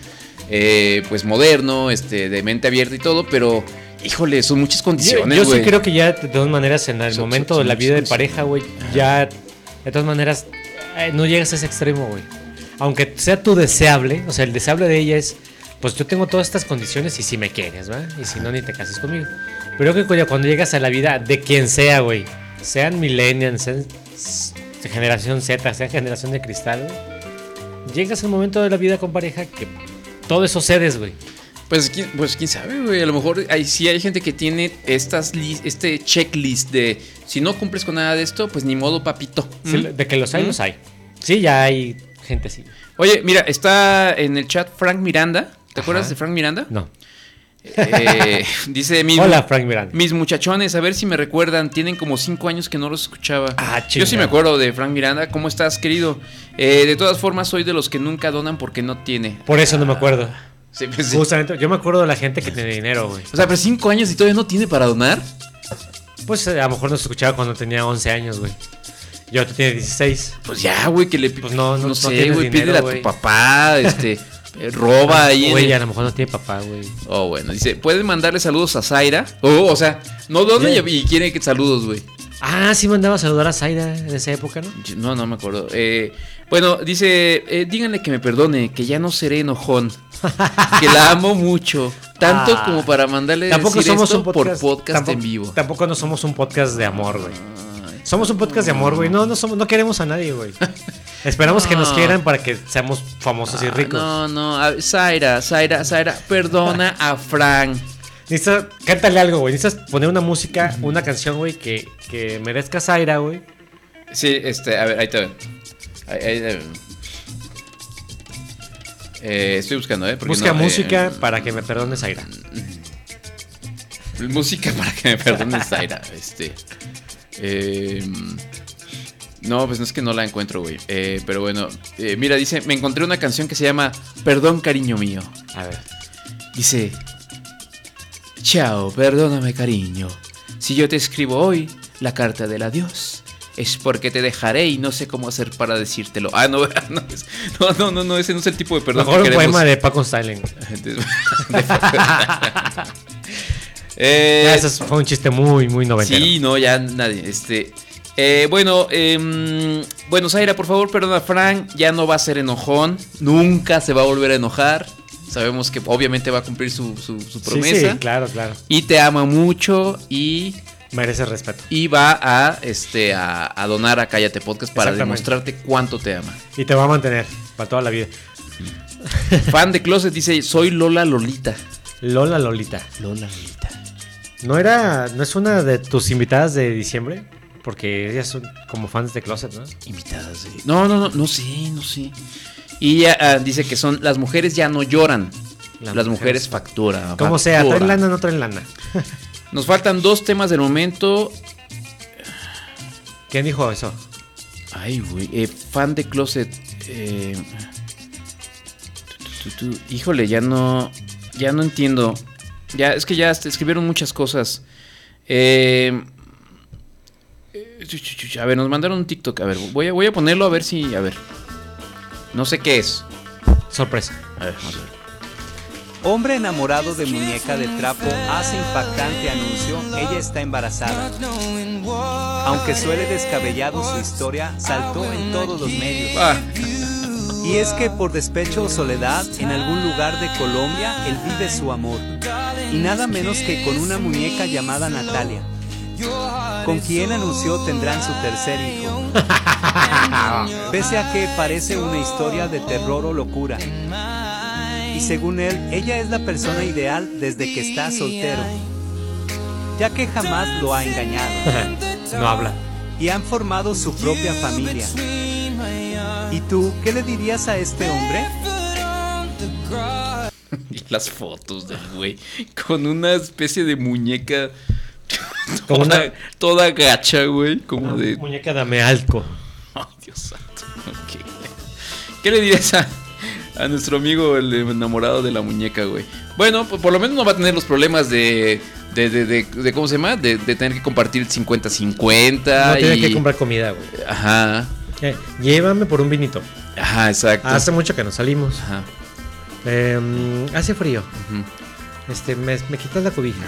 eh, pues moderno, este, de mente abierta y todo, pero híjole, son muchas
Yo,
condiciones.
yo sí
güey.
creo que ya de todas maneras en el momento de la vida de pareja, güey, ya de todas maneras eh, no llegas a ese extremo, güey. Aunque sea tu deseable, o sea, el deseable de ella es, pues yo tengo todas estas condiciones y si me quieres, ¿va? Y si no, ni te cases conmigo. Pero yo creo que cuando llegas a la vida de quien sea, güey, sean millennials, sean s- generación Z, sean generación de cristal, güey, llegas al momento de la vida con pareja que todo eso cedes, güey.
Pues, ¿quién, pues quién sabe, güey. A lo mejor hay, sí hay gente que tiene estas lis- este checklist de si no cumples con nada de esto, pues ni modo, papito.
Sí,
¿Mm?
de que los hay,
¿Mm?
los hay. Sí, ya hay gente así.
Oye, mira, está en el chat Frank Miranda. ¿Te acuerdas de Frank Miranda?
No.
Eh, dice mi-
Hola, Frank Miranda.
Mis muchachones, a ver si me recuerdan. Tienen como cinco años que no los escuchaba. Yo sí
Ah, chinga.
me acuerdo de Frank Miranda. ¿Cómo estás, querido? Eh, de todas formas, soy de los que nunca donan porque no tiene.
Por eso no me acuerdo.
Sí, pues, sí.
Justamente, yo me acuerdo de la gente que tiene dinero, güey.
O sea, pero cinco años y todavía no tiene para donar.
Pues eh, a lo mejor nos escuchaba cuando tenía 11 años, güey. Yo tenía 16.
Pues ya, güey, que le
Pues no, no,
no
no
sé,
tienes
güey,
dinero,
pídele a tu
güey. Ah,
papá, este, eh, roba ahí en
Güey,
el-
a lo mejor no tiene papá, güey.
Oh, bueno, dice, ¿pueden mandarle saludos a Zaira? Oh, o sea, no dona y,
Ya.
y quiere que saludos, güey.
Ah, sí mandaba a saludar a Zaira en esa época, ¿no?
Yo- No, no me acuerdo. Eh, bueno, dice, eh, díganle que me perdone, que ya no seré enojón. que la amo mucho. Tanto
Ah.
como para mandarle
Tampoco
decir
somos
esto
un podcast,
por podcast
tampoco-
en vivo.
Tampoco no somos un podcast de amor, güey. Somos un podcast de amor, güey. No, no somos, no queremos a nadie, güey. Esperamos que nos
No.
quieran para que seamos famosos y
Ah,
ricos.
No, no, a- Zaira, Zaira, Zaira, perdona a Frank.
Necesitas, cántale algo, güey. Necesitas poner una música, una canción, güey, que, que merezca Zaira, güey.
Sí, este, a ver, ahí te ven. Ahí, ahí te ven. Eh, estoy buscando, ¿eh? porque
Busca
no, eh,
música para que me perdone Zaira.
música para que me perdone Zaira. Este. eh, no, pues no es que no la encuentro, güey. Eh, pero bueno, eh, mira, dice: Me encontré una canción que se llama Perdón, cariño mío.
A ver.
Dice: Chao, perdóname, cariño. Si yo te escribo hoy la carta del adiós. Es porque te dejaré y no sé cómo hacer para decírtelo. Ah, no, no, es- no, no, no, no, ese no es el tipo de perdón
Mejor
que
un
queremos.
poema de Paco Stanley.
De Paco Stanley. Eh,
Ah, Eso es- fue un chiste muy, muy noventero.
Sí, no, ya nadie. Este, eh, bueno, em, bueno, Zaira, por favor, perdona a Frank. Ya no va a ser enojón. Nunca se va a volver a enojar. Sabemos que obviamente va a cumplir su, su- su
Sí,
promesa.
sí, claro, claro.
Y te ama mucho y,
Merece respeto.
y va a, este, a, a donar a Cállate Podcast para
Exactamente.
demostrarte cuánto te ama.
Y te va a mantener para toda la vida.
Fan de Closet dice, soy Lola Lolita.
Lola Lolita.
Lola Lolita.
¿No era, no es una de tus invitadas de diciembre? Porque ellas son como fans de Closet, ¿no?
Invitadas, sí.
No, no, no, no sé, no sé.
Y ya, ah, dice que son las mujeres ya no lloran.
Las
las
mujeres.
mujeres factura.
Como sea,
factura.
traen lana o no traen lana.
Nos faltan dos temas del momento.
¿Quién dijo eso?
Ay, güey. eh, fan de Closet. eh, tu, tu, tu, Híjole, ya no. Ya no entiendo. Ya, es que ya hasta escribieron muchas cosas. Eh, eh, chu, chu, chu, chu, A ver, nos mandaron un TikTok. A ver, voy a, voy a ponerlo a ver si. A ver. No sé qué es.
Sorpresa.
A ver, vamos a ver.
Hombre enamorado de muñeca de trapo hace impactante anuncio, ella está embarazada. Aunque suele descabellado su historia, saltó en todos los medios.
Ah,
Y es que por despecho o soledad, en algún lugar de Colombia, él vive su amor. Y nada menos que con una muñeca llamada Natalia, con quien anunció tendrán su tercer hijo. Pese a que parece una historia de terror o locura. Y según él, ella es la persona ideal desde que está soltero, ya que jamás lo ha engañado.
No habla.
Y han formado su propia familia. ¿Y tú qué le dirías a este hombre?
Y las fotos del güey con una especie de muñeca
Como
toda,
una-
toda gacha, güey, como
Una
de
muñeca dame alco.
Ay, Dios santo. ok. ¿Qué le dirías a, a nuestro amigo el enamorado de la muñeca, güey? Bueno, pues por lo menos no va a tener los problemas de de, de, de- de- ¿cómo se llama? De, de tener que compartir 50-50
No tiene
y-
que comprar comida, güey.
Ajá.
Eh, llévame por un vinito.
Ajá, exacto.
Hace mucho que no salimos.
Ajá.
Em, hace frío. Este, me, me quitas la cobija.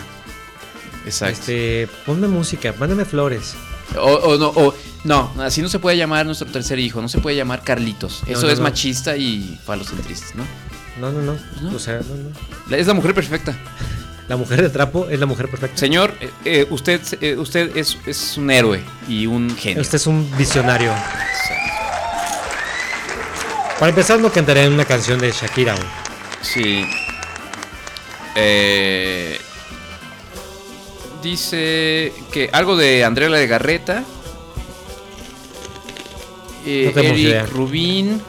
Exacto.
Este, ponme música, mándame flores.
O, o no, o no, así no se puede llamar nuestro tercer hijo, no se puede llamar Carlitos.
No,
Eso
no,
es
no.
machista y falocentrista, ¿no?
No, no, no. O sea, no, no.
La- Es la mujer perfecta.
La mujer de trapo es la mujer perfecta.
Señor, eh, eh, usted, eh, usted es, es un héroe y un genio.
Este es un visionario. Para empezar, no cantaré una canción de Shakira. güey.
Sí. Eh, dice que algo de Andrea de Garreta. Eh,
No tenemos
Eric
idea.
Rubín.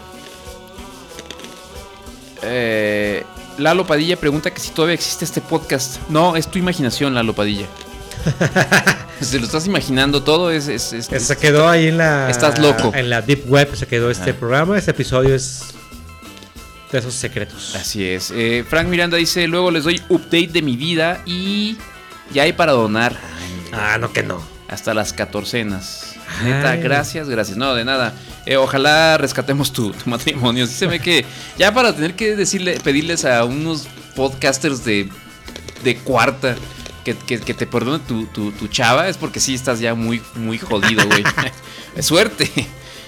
Eh, Lalo Padilla pregunta que si todavía existe este podcast. No, es tu imaginación, Lalo Padilla. Se lo estás imaginando todo, es, es- es-
Se quedó ahí en la.
Estás loco.
En la Deep Web se quedó este
Ah.
programa. Este episodio es. De esos secretos.
Así es. Eh, Frank Miranda dice, luego les doy update de mi vida y ya hay para donar.
ah, no que no.
Hasta las catorcenas. Neta,
Ay.
gracias, gracias. No, de nada. Eh, ojalá rescatemos tu, tu matrimonio. Sí se ve que ya para tener que decirle, pedirles a unos podcasters de, de cuarta que, que- que te perdone tu, tu- tu chava es porque sí estás ya muy, muy jodido, güey. Suerte.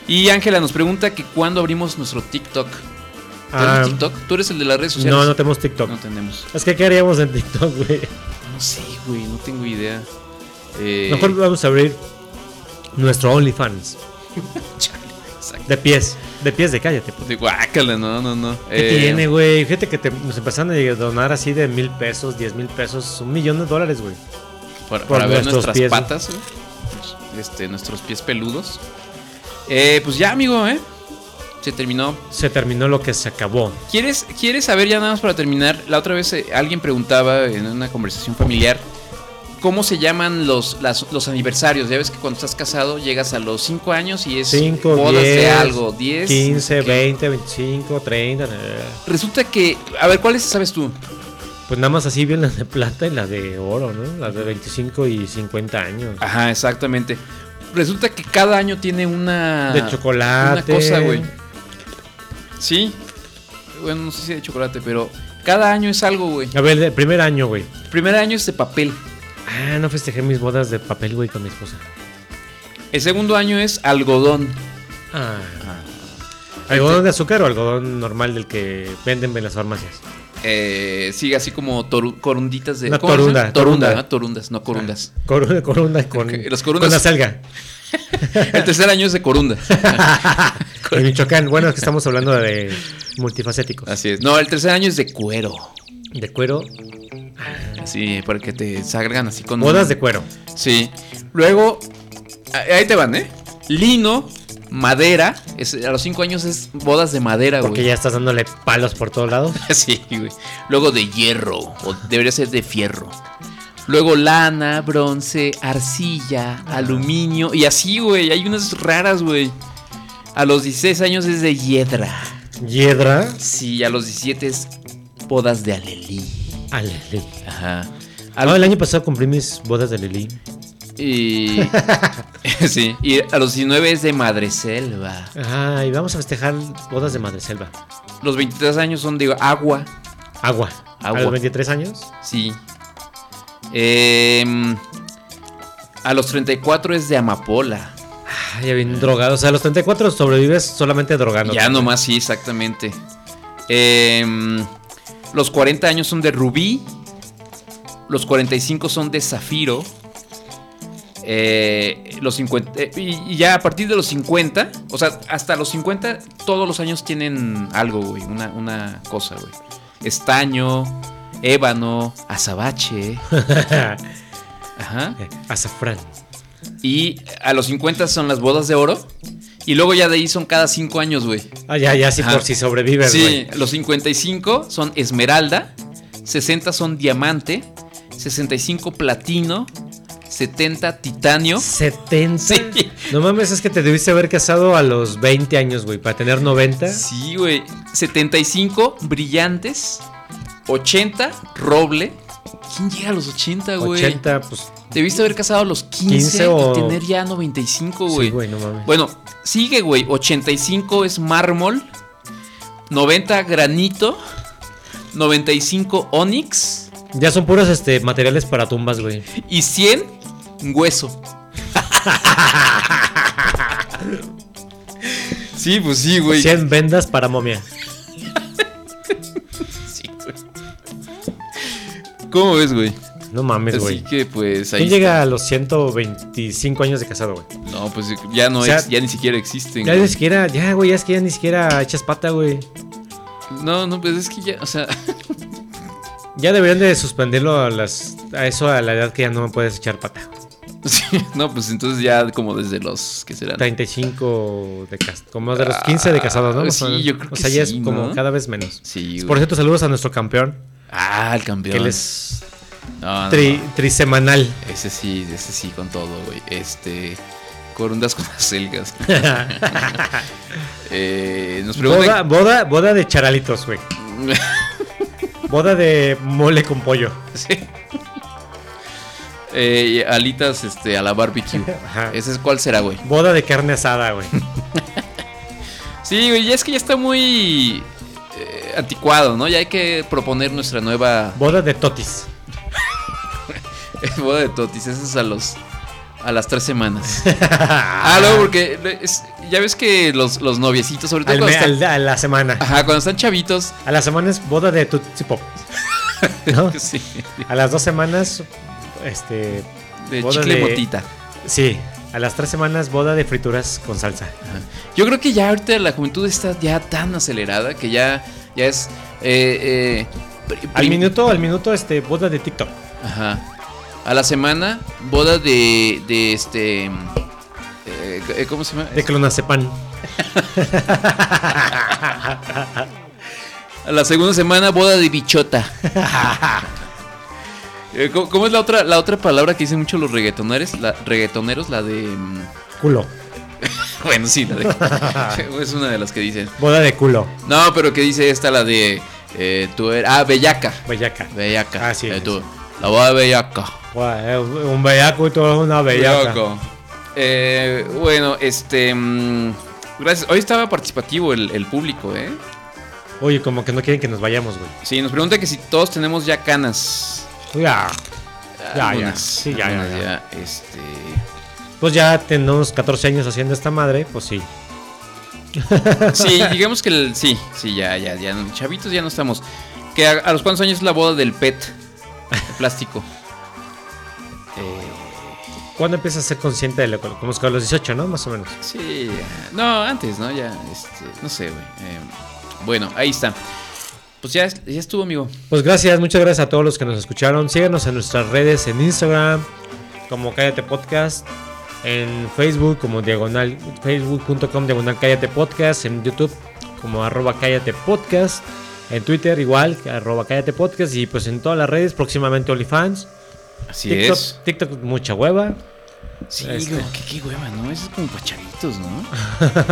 Y Ángela nos pregunta que cuándo abrimos nuestro TikTok. ¿Tenemos
Ah.
TikTok? ¿Tú eres el de las redes sociales?
No, no tenemos TikTok.
No tenemos.
Es que, ¿qué haríamos en TikTok, güey?
No sé, güey, no tengo idea. Eh,
Mejor vamos a abrir nuestro OnlyFans. de pies. De pies de cállate.
de guácala, no, no, no.
¿Qué
Eh,
tiene, güey? Fíjate que te- nos empezaron a donar así de mil pesos, diez mil pesos, un millón de dólares, güey.
Para,
Por
para ver
nuestros
nuestras
pies, ¿no?
patas, güey. este, nuestros pies peludos. Eh, pues ya, amigo, ¿eh? Se terminó.
Se terminó lo que se acabó.
¿Quieres, ¿Quieres saber ya nada más para terminar? La otra vez eh, alguien preguntaba en una conversación familiar cómo se llaman los, las- los aniversarios. Ya ves que cuando estás casado llegas a los 5 años y es
5,
bodas
10,
de algo, 10.
15, 20, 25, 30. eh.
Resulta que, a ver, ¿cuáles sabes tú?
Pues nada más así bien las de plata y las de oro, ¿no? Las de 25 y 50 años.
Ajá, exactamente. Resulta que cada año tiene una.
De chocolate.
Ah, Una cosa, güey. Sí. Bueno, no sé si de chocolate, pero cada año es algo, güey.
A ver, el primer año, güey.
Primer año es de papel.
Ah, no festejé mis bodas de papel, güey, con mi esposa.
El segundo año es algodón.
Ah. ¿Algodón de azúcar o algodón normal del que venden en las farmacias?
Eh, sí, así como toru- corunditas de.
Una
¿cómo se llama?
torunda,
Torunda,
torunda.
¿no? Torundas, no corundas.
Corona, corona con,
los corundas.
con la selga.
El tercer año es de corunda.
En Michoacán. Bueno, es que estamos hablando de multifacéticos.
Así es. No, el tercer año es de cuero.
De cuero.
Sí, porque te sagran así con.
Bodas de cuero.
Sí. Luego, Ahí te van, ¿eh? Lino, madera. es- a los 5 años es bodas de madera,
Porque
güey.
ya estás dándole palos por todos lados.
sí, güey. Luego de hierro, o debería ser de fierro. Luego lana, bronce, arcilla, aluminio. Y así, güey. Hay unas raras, güey. A los 16 años es de hiedra.
¿Hiedra?
Sí, a los 17 es bodas de alelí.
Alelí.
Ajá.
Ah, el año pasado cumplí mis bodas de Lili.
Y. sí. Y a los 19 es de madreselva.
Ajá, y vamos a festejar bodas de Madreselva.
Los 23 años son de agua.
Agua.
Agua.
¿A los 23 años?
Sí. Em, a los 34 es de amapola.
Ah, ya bien drogado. O sea, a los 34 sobrevives solamente drogando.
ya nomás, sí, exactamente. Em, los 40 años son de rubí. Los 45 son de zafiro. Eh, los 50, eh, y y ya a partir de los 50, o sea, hasta los 50, todos los años tienen algo, güey. Una, una cosa, güey. Estaño, ébano, azabache. Ajá.
Azafrán.
Y a los 50 son las bodas de oro. Y luego ya de ahí son cada 5 años, güey.
Ah, ya, ya, sí,
Ajá.
por si sobrevives,
Sí,
güey.
los 55 son esmeralda. 60 son diamante. 65 platino. 70 titanio.
70. No mames, es que te debiste haber casado a los 20 años, güey, para tener 90.
Sí, güey. 75 brillantes. 80 roble. ¿Quién llega a los 80, güey?
80, pues.
Debiste haber casado a los 15,
15 o-
y tener ya 95, güey. Pues
Sí, güey, no mames.
Bueno, sigue, güey. 85 es mármol. 90 granito. 95 onix.
Ya son puros este, materiales para tumbas, güey.
Y 100 hueso. sí, pues sí, güey.
100 vendas para momia.
¿Cómo ves, güey?
No mames,
Así
güey.
que, pues, ahí
¿Quién llega a los 125 años de casado, güey?
No, pues ya no
O sea,
es, ya ni siquiera existen.
Ya
güey.
ni siquiera, ya, güey, ya es que ya ni siquiera echas pata, güey.
No, no, pues es que ya, o sea,
Ya deberían de suspenderlo a las a eso a la edad que ya no puedes echar pata.
no, pues entonces ya como desde los que serán
35 de cas- como de los 15 de casados, ¿no?
Ah,
Más
sí,
o menos.
yo creo
O
que
sea, ya
sí,
es como
¿no?
cada vez menos.
Sí, güey.
Por cierto, saludos a nuestro campeón.
Ah, el campeón.
Que les
No, no,
tri-
Ah, no.
trisemanal.
Ese sí, ese sí con todo, güey. Este corundas con las selgas. Eh, nos
Boda,
preguntan
boda, boda de charalitos, güey. boda de mole con pollo.
eh, alitas este a la barbecue. ¿Ese es cuál será, güey?
Boda de carne asada, güey.
Sí, güey, ya es que ya está muy eh, anticuado, ¿no? Ya hay que proponer nuestra nueva
boda de totis.
boda de totis, eso es a los a las tres semanas. ah, luego porque es- ya ves que los, los noviecitos, sobre todo
Al
cuando
me-
están-
al- a la semana.
Ajá, cuando están chavitos.
A la semana es boda de Tootsie Pop. ¿no?
Sí.
A las dos semanas, este.
De
boda
chicle motita.
Sí. A las tres semanas, boda de frituras con salsa.
Yo creo que ya ahorita la juventud está ya tan acelerada que ya, ya es. eh, eh, pri-
Al
prim-
minuto, al minuto, este, boda de TikTok.
Ajá. A la semana, boda de. de este. eh, eh, ¿Cómo se llama?
De clonazepam.
A la segunda semana, boda de bichota. Eh, ¿Cómo, cómo es la otra, la otra palabra que dicen mucho los reggaetoneros? La, reggaetoneros, la de. mm,
Culo.
Bueno, sí, la de. es una de las que dicen.
Boda de culo.
No, pero que dice esta, la de. eh, tú eres- Ah, Bellaca.
Bellaca.
Bellaca. Así La boda de Bellaca.
Guau, eh, Un bellaco y todo es una bellaca.
Bellaco. Eh, bueno, este. mm, gracias. Hoy estaba participativo el, el público, ¿eh?
Oye, como que no quieren que nos vayamos, güey.
Sí, nos pregunta que si todos tenemos ya canas.
Ya. Ya, ya.
Algunas,
Sí, ya, ya,
algunas
ya.
ya, Este.
Pues ya tenemos 14 años haciendo esta madre, pues sí.
Sí, digamos que el- sí, sí, ya, ya, ya. Chavitos ya no estamos. Que a, a los cuántos años es la boda del PET? De plástico.
¿Cuándo empiezas a ser consciente de lo Como es que a los 18, ¿no? Más o menos.
Sí. ya. No, antes, ¿no? Ya, este, no sé, güey. Eh, bueno, ahí está. Pues ya, es- ya estuvo, amigo.
Pues gracias, muchas gracias a todos los que nos escucharon. Síganos en nuestras redes, en Instagram, como Cállate Podcast, en Facebook como diagonal, facebook.com diagonal cállate podcast, en YouTube como arroba cállate podcast, en Twitter igual, arroba cállate podcast y pues en todas las redes, próximamente OnlyFans.
Así
TikTok,
es.
TikTok mucha hueva.
Sí,
Este,
digo, qué, qué hueva, ¿no? Es como pacharitos, ¿no?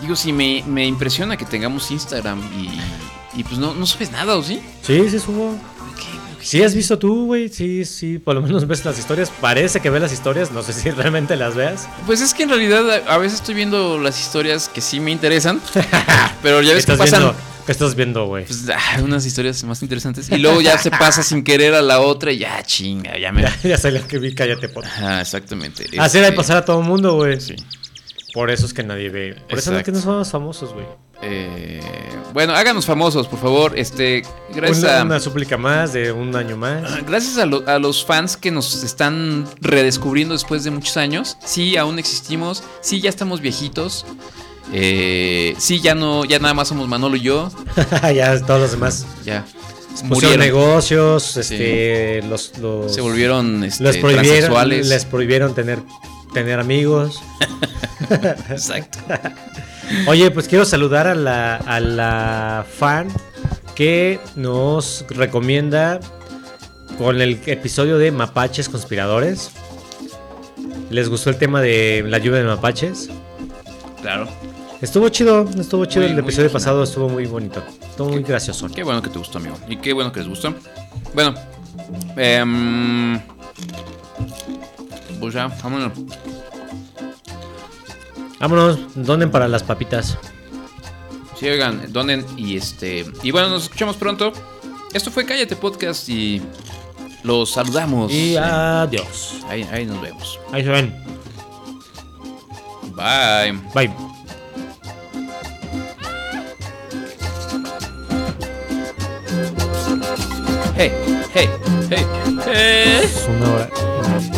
digo, sí, me, me impresiona que tengamos Instagram y, y pues no, no sabes nada, ¿o sí?
Sí, sí subo. Sí has visto tú, güey, sí, sí, por lo menos ves las historias, parece que ves las historias, no sé si realmente las veas.
Pues es que en realidad a a veces estoy viendo las historias que sí me interesan, pero ya ves que
estás
pasan
viendo? ¿Qué estás viendo, güey?
pues, ah, unas historias más interesantes y luego ya se pasa sin querer a la otra y ya chinga, ya me...
Ya, ya salió que vi, cállate, por
Ajá, exactamente.
Así
Este,
debe pasar a todo el mundo, güey. Por eso es que nadie ve. Por eso es
Exacto.
que no somos famosos, güey.
eh, bueno, háganos famosos, por favor. Este, gracias
Una,
a...
una súplica más de un año más.
Gracias a, lo- a los fans que nos están redescubriendo después de muchos años. Sí, aún existimos. Sí, ya estamos viejitos. Eh, sí, ya no, ya nada más somos Manolo y yo.
Ah, ya todos los demás.
Ya.
Pusieron
Murieron.
negocios,
Sí.
este, los, los-
Se volvieron, este,
les prohibieron,
transexuales.
les prohibieron tener, tener amigos.
Exacto.
Oye, pues quiero saludar a la, a la fan que nos recomienda con el episodio de Mapaches Conspiradores. ¿Les gustó el tema de la lluvia de mapaches?
Claro.
Estuvo chido, estuvo chido
Muy-
el
muy
episodio
original.
pasado, estuvo muy bonito. Estuvo muy gracioso.
Qué bueno que te gustó, amigo. Y qué bueno que les gustó. Bueno. em, pues ya, vámonos.
Vámonos, donen para las papitas.
Sí, oigan, donen y este. Y bueno, nos escuchamos pronto. Esto fue Cállate Podcast y los saludamos.
Y ah. adiós.
Ahí, ahí nos vemos.
Ahí se ven.
Bye.
Bye.
Hey, hey, hey, hey.
Es una hora.